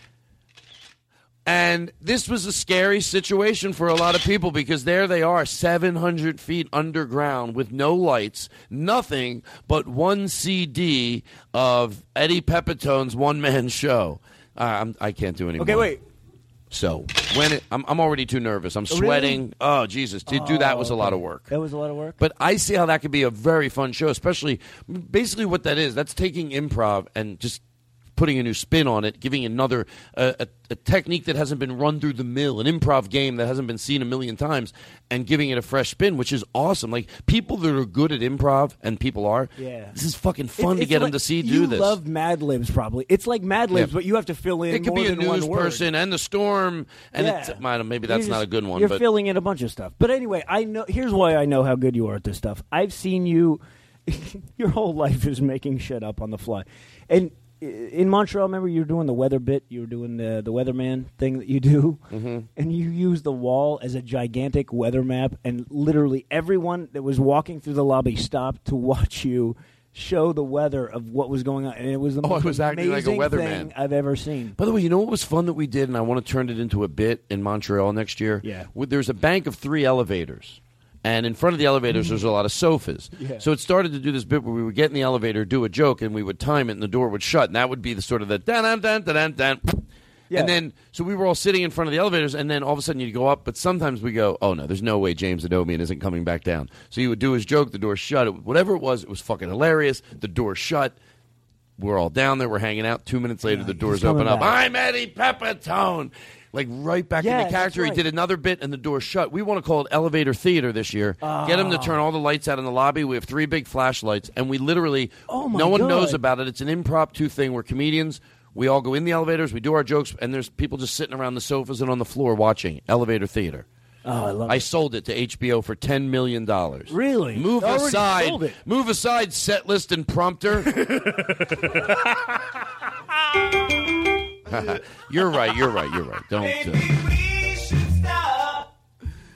Speaker 3: And this was a scary situation for a lot of people because there they are, 700 feet underground with no lights, nothing but one CD of Eddie Pepitone's one man <laughs> show. Uh, I'm, I can't do anymore.
Speaker 11: Okay, wait.
Speaker 3: So when it, I'm, I'm already too nervous. I'm
Speaker 11: Oh, really?
Speaker 3: sweating. Oh Jesus! To do that was a lot of work.
Speaker 11: Uh, That was a lot of work.
Speaker 3: But I see how that could be a very fun show, especially basically what that is. That's taking improv and just putting a new spin on it, giving another uh, a, a technique that hasn't been run through the mill, an improv game that hasn't been seen a million times, and giving it a fresh spin, which is awesome. Like people that are good at improv, and people are.
Speaker 11: Yeah.
Speaker 3: this is fucking
Speaker 11: It-
Speaker 3: fun to
Speaker 11: it's
Speaker 3: get
Speaker 11: like-
Speaker 3: them to see do
Speaker 11: you
Speaker 3: this.
Speaker 11: love Mad Libs, probably. It's like Mad Libs,
Speaker 3: Yeah.
Speaker 11: but you have to fill in.
Speaker 3: it
Speaker 11: more
Speaker 3: could be a
Speaker 11: than one
Speaker 3: news
Speaker 11: word.
Speaker 3: person and the storm, and
Speaker 11: Yeah.
Speaker 3: it's, well, maybe
Speaker 11: You're
Speaker 3: that's not
Speaker 11: just-
Speaker 3: a good one.
Speaker 11: You're
Speaker 3: but
Speaker 11: filling in a bunch of stuff. But anyway, I know. Here's why I know how good you are at this stuff. I've seen you. <laughs> your whole life is making shit up on the fly, and i- in Montreal, remember you were doing the weather bit. You were doing the the weatherman thing that you do,
Speaker 3: Mm-hmm.
Speaker 11: and you used the wall as a gigantic weather map. And literally everyone that was walking through the lobby stopped to watch you. Show the weather of what was going on, and it was the
Speaker 3: Oh, I
Speaker 11: most
Speaker 3: was acting like a
Speaker 11: amazing
Speaker 3: weatherman.
Speaker 11: thing I've ever seen.
Speaker 3: By the way, you know what was fun that we did, and I want to turn it into a bit in Montreal next year.
Speaker 11: Yeah.
Speaker 3: Well, There's a bank of three elevators, and in front of the elevators, there's a lot of sofas.
Speaker 11: Yeah.
Speaker 3: So it started to do this bit where we would get in the elevator, do a joke, and we would time it, and the door would shut, and that would be the sort of the dan dan dan dan dan.
Speaker 11: Yeah.
Speaker 3: And then, so we were all sitting in front of the elevators, and then all of a sudden you'd go up, but sometimes we go, oh no, there's no way James Adomian isn't coming back down. So you would do his joke, the door shut, it, whatever it was, it was fucking hilarious, the door shut, we're all down there, we're hanging out. Two minutes later, the doors
Speaker 11: coming
Speaker 3: open up.
Speaker 11: back.
Speaker 3: I'm Eddie Pepitone. Like right back
Speaker 11: Yeah,
Speaker 3: in the
Speaker 11: that's
Speaker 3: character,
Speaker 11: right.
Speaker 3: he did another bit and the door shut. We want to call it elevator theater this year. Get him to turn all the lights out in the lobby. We have three big flashlights, and we literally
Speaker 11: Oh, my
Speaker 3: no one
Speaker 11: God.
Speaker 3: knows about it. It's an impromptu thing. We're comedians. We all go in the elevators, we do our jokes, and there's people just sitting around the sofas and on the floor watching elevator theater.
Speaker 11: Oh, I love
Speaker 3: I
Speaker 11: it.
Speaker 3: sold it to HBO for ten million dollars.
Speaker 11: Really?
Speaker 3: Move
Speaker 11: Already sold
Speaker 3: aside.
Speaker 11: it.
Speaker 3: Move aside. Set list
Speaker 11: <laughs>
Speaker 3: and prompter. <laughs> <laughs> you're right. You're right. You're right. Don't. Uh...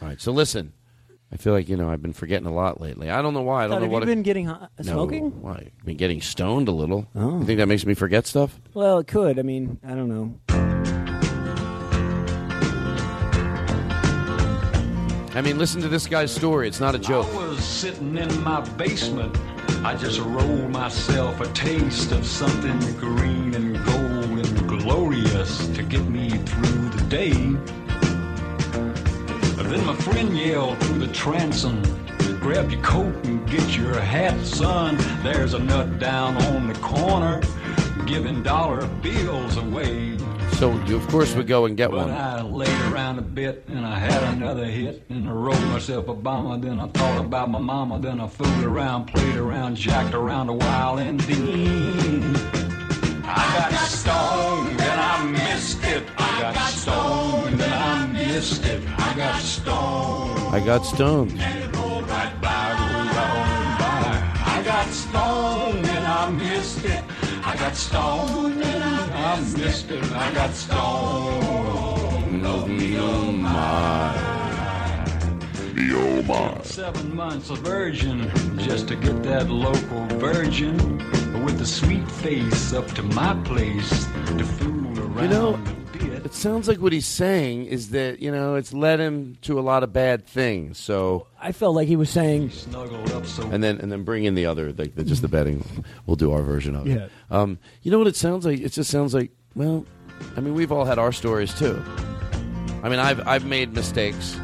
Speaker 3: All right. So listen, I feel like you know I've been forgetting a lot lately. I don't know why. I don't
Speaker 11: Todd,
Speaker 3: know
Speaker 11: have
Speaker 3: what.
Speaker 11: you
Speaker 3: I-
Speaker 11: been getting hot,
Speaker 3: No.
Speaker 11: smoking? Oh.
Speaker 3: Why? I've been getting stoned a little. You think that makes me forget stuff?
Speaker 11: Well, it could. I mean, I don't know.
Speaker 3: I mean, listen to this guy's story. It's not a joke.
Speaker 24: I was sitting in my basement I just roll myself a taste of something green and gold and glorious to get me through the day. Then my friend yelled through the transom, grab your coat and get your hat, son. There's a nut down on the corner giving dollar bills away.
Speaker 3: So you, of course we go and get
Speaker 24: But
Speaker 3: one.
Speaker 24: I laid around a bit and I had another hit and I rolled myself a bomber. Then I thought about my mama. Then I fooled around, played around, jacked around a while, and then I got stoned and I missed it. I got stoned and I missed it. I got stoned.
Speaker 3: I got stoned.
Speaker 24: Rolled right by, rolled on by. I got stoned and I missed it. I got stoned and I missed it. I got stoned. Oh, me, oh my.
Speaker 20: Me oh my.
Speaker 24: Seven months a virgin just to get that local virgin with the sweet face up to my place to fool around.
Speaker 3: You know, it sounds like what he's saying is that you know it's led him to a lot of bad things. So
Speaker 11: I felt like he was saying,
Speaker 24: snuggled up so
Speaker 3: and then and then bring in the other, like the, just the betting. We'll do our version of it.
Speaker 11: Yeah.
Speaker 3: Um, you know what it sounds like? It just sounds like well, I mean, we've all had our stories too. I mean, I've I've made mistakes.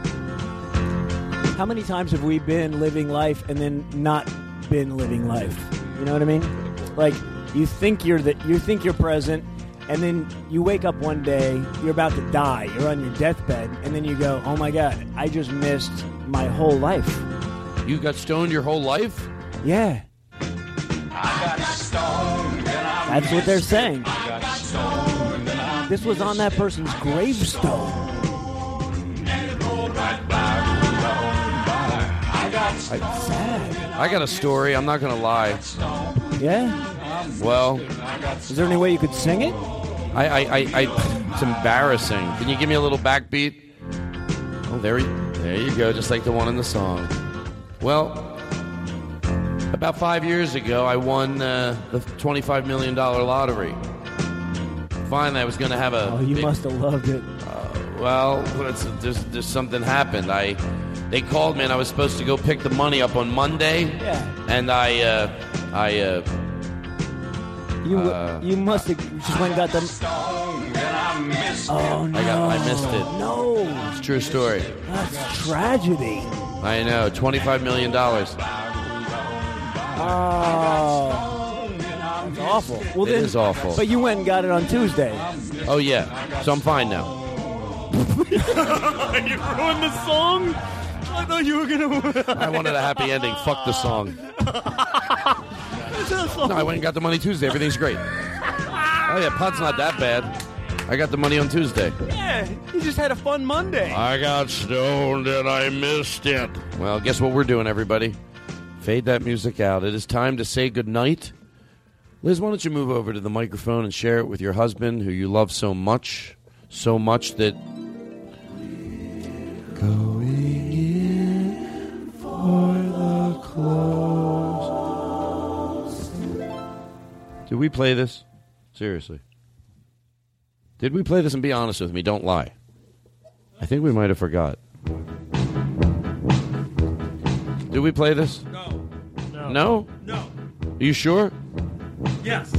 Speaker 11: How many times have we been living life and then not been living life? You know what I mean? Like you think you're that you think you're present, and then you wake up one day, you're about to die, you're on your deathbed, and then you go, "Oh my god, I just missed my whole life."
Speaker 3: You got stoned your whole life.
Speaker 11: Yeah, that's what they're saying. This was on that person's gravestone.
Speaker 3: I, I got a story. I'm not gonna lie.
Speaker 11: Yeah.
Speaker 3: Well,
Speaker 11: is there any way you could sing it?
Speaker 3: I, I, I, I it's embarrassing. Can you give me a little backbeat? Oh, there, you, there you go, just like the one in the song. Well, about five years ago, I won uh, the twenty-five million dollar lottery. Finally, I was going to have a.
Speaker 11: Oh, you
Speaker 3: big- Uh,
Speaker 11: must have loved it.
Speaker 3: well, it's, there's, there's something happened. I they called me and I was supposed to go pick the money up on Monday.
Speaker 11: Yeah.
Speaker 3: And I uh, I uh,
Speaker 11: You
Speaker 3: Uh,
Speaker 11: you must have just went and got them. Oh no!
Speaker 3: I got I missed it.
Speaker 11: No,
Speaker 3: It's a true story.
Speaker 11: that's tragedy.
Speaker 3: I know. Twenty-five million dollars.
Speaker 11: Oh, that's awful. Well,
Speaker 3: It
Speaker 11: then,
Speaker 3: is awful.
Speaker 11: But you went and got it on Tuesday.
Speaker 3: Oh yeah. So I'm fine now.
Speaker 21: <laughs> you ruined the song. I thought you were gonna. <laughs>
Speaker 3: I wanted a happy ending. Fuck the song. No, I went and got the money Tuesday. Everything's great. Oh yeah, pot's not that bad. I got the money on Tuesday.
Speaker 21: Yeah, you just had a fun Monday.
Speaker 3: I got stoned and I missed it. Well, guess what we're doing, everybody? Fade that music out. It is time to say goodnight. Liz, why don't you move over to the microphone and share it with your husband, who you love so much, so much that Did we play this? Seriously. Did we play this? And be honest with me, don't lie. I think we might have forgot. Did we play this?
Speaker 21: No.
Speaker 3: No? No. Are you sure?
Speaker 21: Yes.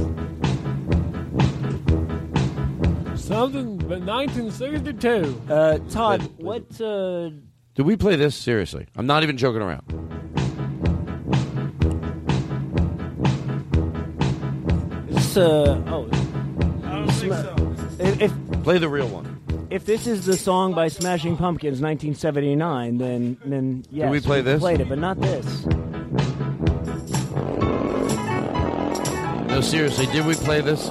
Speaker 5: Something, but 1962.
Speaker 11: Uh, Todd, what? Uh,
Speaker 3: Did we play this? Seriously. I'm not even joking around.
Speaker 11: is this, uh, oh,
Speaker 21: I don't think so.
Speaker 11: if, if
Speaker 3: Play the real one.
Speaker 11: if this is the song by Smashing Pumpkins, 1979, then then yes,
Speaker 3: we play this?
Speaker 11: Played it, but not this.
Speaker 3: No, seriously, did we play this?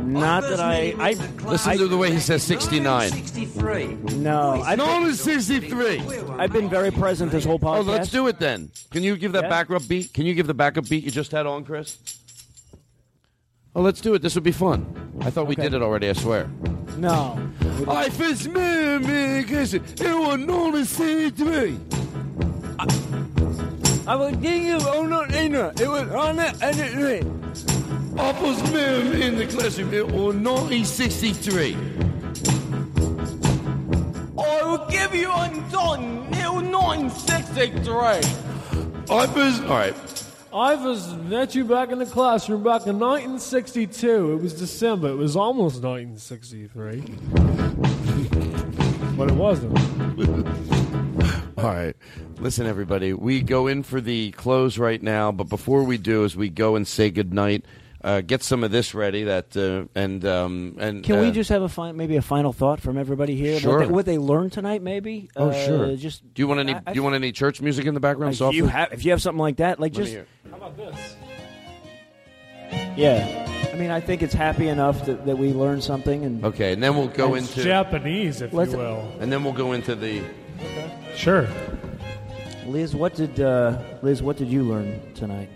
Speaker 11: Not that I I
Speaker 3: Listen to the way he says 69.
Speaker 16: 63.
Speaker 11: No, I
Speaker 3: No, it's 63.
Speaker 11: I've been very present this whole podcast.
Speaker 3: Oh, let's do it then. Can you give that
Speaker 11: Yeah.
Speaker 3: backup beat? Can you give the backup beat you just had on, Chris? Oh, let's do it. This would be fun. I thought we did it already, I swear.
Speaker 11: <laughs> No.
Speaker 3: I first met me because it was known as C3.
Speaker 1: I was getting you on an inner. It was on it and it ran.
Speaker 3: I first met him in the classroom. It was 1963.
Speaker 1: I will give you undone. It was 1963.
Speaker 3: I first. All right.
Speaker 5: I first met you back in the classroom back in 1962. It was December. It was almost 1963. but it wasn't.
Speaker 3: All right. Listen, everybody, we go in for the close right now, but before we do, as we go and say goodnight, uh, get some of this ready. That uh, and um, and
Speaker 11: Can we
Speaker 3: uh,
Speaker 11: just have a fi- maybe a final thought from everybody here?
Speaker 3: Sure.
Speaker 11: What they, what they learned tonight, maybe.
Speaker 3: Oh,
Speaker 11: Uh,
Speaker 3: sure.
Speaker 11: Just
Speaker 3: do you want any? do you want any church music in the background?
Speaker 11: if you
Speaker 3: softly?
Speaker 11: have if you have something like that, like
Speaker 3: Let me
Speaker 11: just
Speaker 3: hear.
Speaker 5: How about this?
Speaker 11: yeah. I mean, I think it's happy enough that, that we learned something, and
Speaker 3: Okay, and then we'll go
Speaker 11: It's
Speaker 3: into
Speaker 11: Japanese, if you Let's- will.
Speaker 3: and then we'll go into the.
Speaker 11: sure. Liz, what did uh, Liz? What did you learn tonight?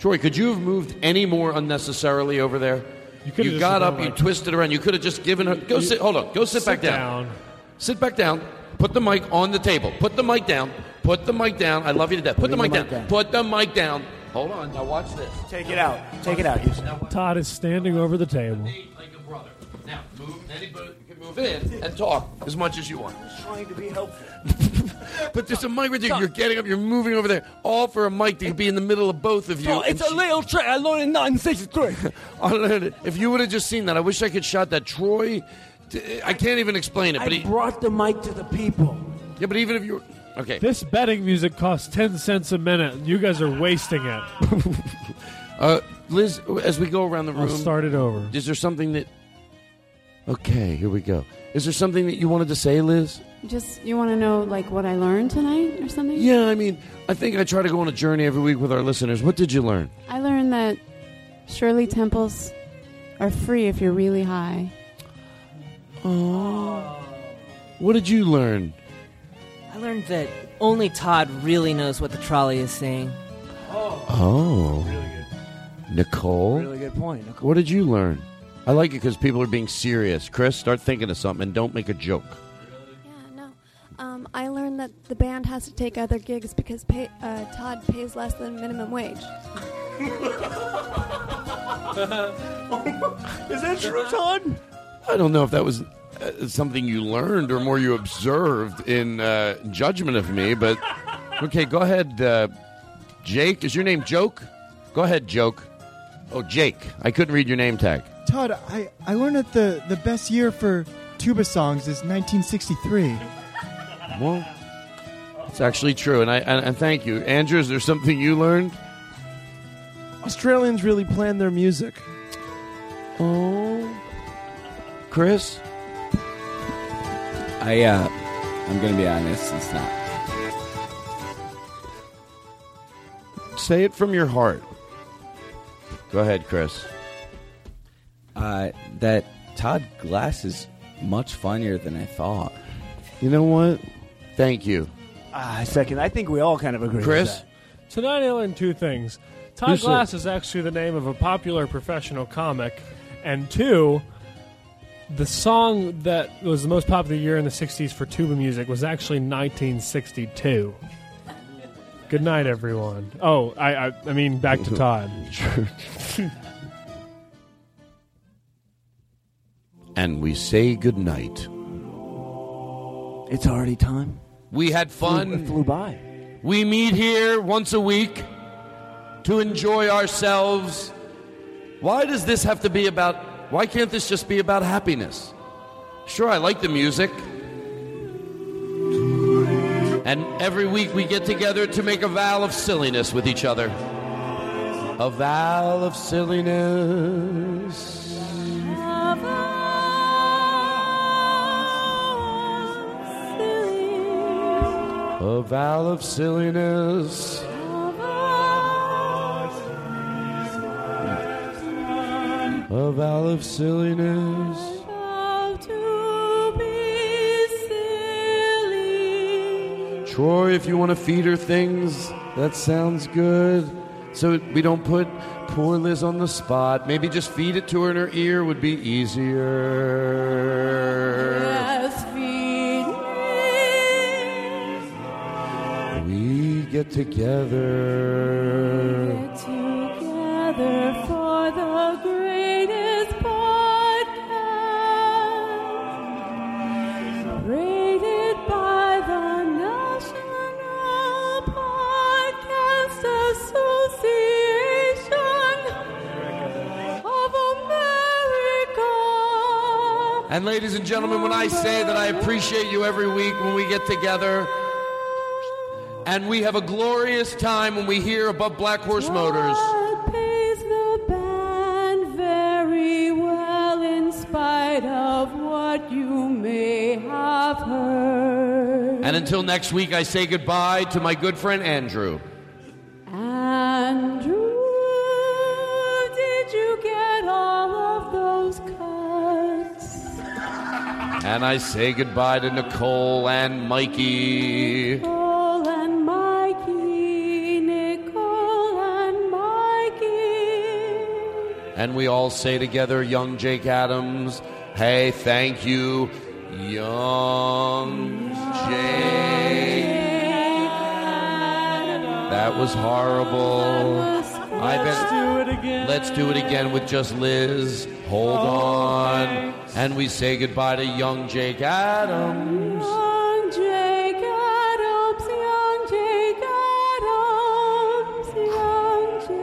Speaker 3: Troy, could you have moved any more unnecessarily over there? You,
Speaker 11: could've just
Speaker 3: got
Speaker 11: gone
Speaker 3: up, you
Speaker 11: like-
Speaker 3: twisted around, you could have just given her. Go
Speaker 5: You-
Speaker 3: sit. Hold on. Go sit,
Speaker 5: sit
Speaker 3: back down. Sit back down. Put the mic on the table. Put the mic down. Put the mic down. I love you to death. Put the, mic, down. Put the mic down. Hold on. Now watch this.
Speaker 11: Take it out. Take it out.
Speaker 5: Todd is standing over the table.
Speaker 3: Now move. Anybody you can move in and talk as much as you want.
Speaker 11: Trying to be helpful.
Speaker 3: But there's a mic with you. You're getting up. You're moving over there. All for a mic that could be in the middle of both of you.
Speaker 22: Oh, it's
Speaker 3: and
Speaker 22: a little trick. I learned in 1963.
Speaker 3: <laughs> I learned it. If you would have just seen that, I wish I could shot that. Troy, d- I can't even explain it.
Speaker 5: I
Speaker 3: But he,
Speaker 11: brought the mic to the people.
Speaker 3: Yeah, but even if you, were, okay.
Speaker 5: <laughs> This betting music costs 10 cents a minute, and you guys are wasting it.
Speaker 3: <laughs> Uh, Liz, as we go around the
Speaker 5: I'll
Speaker 3: room,
Speaker 5: start it over.
Speaker 3: Is there something that? Okay, here we go. Is there something that you wanted to say, Liz?
Speaker 6: Just you want to know like what I learned tonight or something?
Speaker 3: Yeah, I mean, I think I try to go on a journey every week with our listeners. What did you learn?
Speaker 6: I learned that Shirley temples are free if you're really high.
Speaker 3: Oh. What did you learn?
Speaker 25: I learned that only Todd really knows what the trolley is saying.
Speaker 3: Oh, Nicole.
Speaker 11: Really good point, Nicole.
Speaker 3: What did you learn? I like it because people are being serious. Chris, start thinking of something and don't make a joke.
Speaker 23: Um, I learned that the band has to take other gigs because pay, uh, Todd pays less than minimum wage.
Speaker 22: <laughs> Is that true, Todd?
Speaker 3: I don't know if that was uh, something you learned or more you observed in uh, judgment of
Speaker 11: <laughs>
Speaker 3: me, but okay, go ahead, uh, Jake. Is your name Joke? Go ahead, Joke. Oh, Jake. I couldn't read your name tag.
Speaker 26: Todd, I, I learned that the, the best year for tuba songs is 1963.
Speaker 3: Well, it's actually true, and I and, and thank you, Andrew. Is there something you learned?
Speaker 27: Australians really plan their music.
Speaker 3: Oh. Chris?
Speaker 28: I, uh, I'm gonna be honest, it's not.
Speaker 3: Say it from your heart. Go ahead, Chris.
Speaker 28: Uh, that Todd Glass is much funnier than I thought.
Speaker 3: You know what? Thank you.
Speaker 11: Ah, second. I think we all kind of agree.
Speaker 3: Chris?
Speaker 5: Tonight I learned two things. Todd
Speaker 3: Who's that?
Speaker 5: Glass is actually the name of a popular professional comic, and two, the song that was the most popular year in the 60s for tuba music was actually 1962. Good night, everyone. Oh, I, I, I mean,
Speaker 3: <laughs>
Speaker 5: back to Todd.
Speaker 3: And we say goodnight.
Speaker 11: It's already time.
Speaker 3: We had fun.
Speaker 11: It flew by.
Speaker 3: We meet here once a week to enjoy ourselves. Why does this have to be about? Why can't this just be about happiness? Sure, I like the music. And every week we get together to make a vow of silliness with each other. A vow of silliness. A vow of silliness. A vow of silliness. Troy, if you want to feed her things, that sounds good. So we don't put poor Liz on the spot. Maybe just feed it to her in her ear would be easier. We get together.
Speaker 6: Together for the greatest podcast, rated by the National Podcast Association.
Speaker 3: And ladies and gentlemen, when I say that I appreciate you every week when we get together and we have a glorious time when we hear above Black Horse Motors.
Speaker 10: pays the band very well in spite of what you may have heard.
Speaker 3: And until next week, I say goodbye to my good friend Andrew.
Speaker 10: Andrew, did you get all of those cuts?
Speaker 3: And I say goodbye to Nicole and Mikey.
Speaker 10: Nicole and Mikey, Nicole and Mikey.
Speaker 3: And we all say together, young Jake Adams, hey, thank you, young Jake. That was horrible. I bet-
Speaker 10: Let's do it again. Oh,
Speaker 3: Let's do it again with just Liz. Hold on. And we say goodbye to young Jake Adams.
Speaker 10: Young Jake Adams, young Jake Adams, young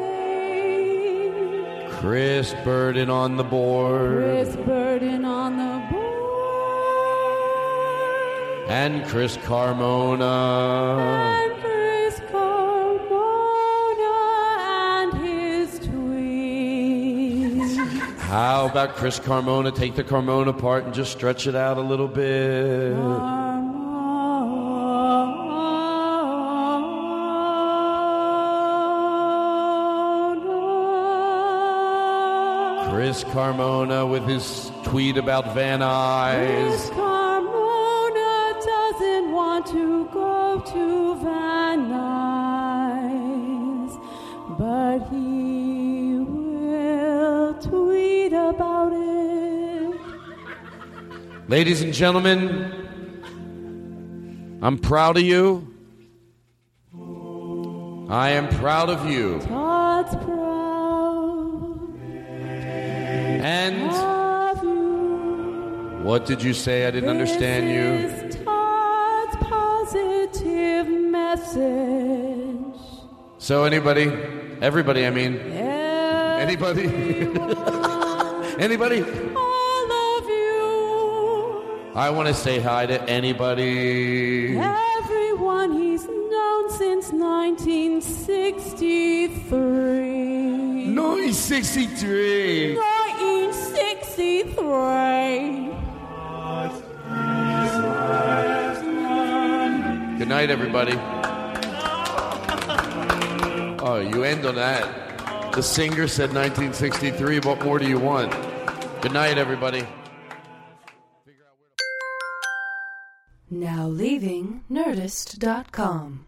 Speaker 10: Jake.
Speaker 3: Chris Burden on the board.
Speaker 10: Chris Burden on the board.
Speaker 3: And Chris Carmona.
Speaker 10: And Chris Carmona and his tweets.
Speaker 3: How about Chris Carmona? Take the Carmona part and just stretch it out a little bit. Chris Carmona with his tweet about Van
Speaker 10: Chris
Speaker 3: Nuys.
Speaker 10: Carmona doesn't want to go to Van Nuys, but he will tweet about it.
Speaker 3: Ladies and gentlemen, I'm proud of you. I am proud of you.
Speaker 10: Todd's proud
Speaker 3: And
Speaker 10: of you.
Speaker 3: what did you say? I didn't understand you.
Speaker 10: This is Todd's positive message.
Speaker 3: So, anybody, everybody, I mean,
Speaker 10: Anybody?
Speaker 3: <laughs> anybody,
Speaker 10: All of you,
Speaker 3: I want to say hi to anybody.
Speaker 10: everyone he's known since 1963.
Speaker 3: 1963.
Speaker 10: 1963.
Speaker 3: Good night, everybody. Oh, you end on that. The singer said 1963. What more do you want? Good night, everybody.
Speaker 4: Now leaving Nerdist.com.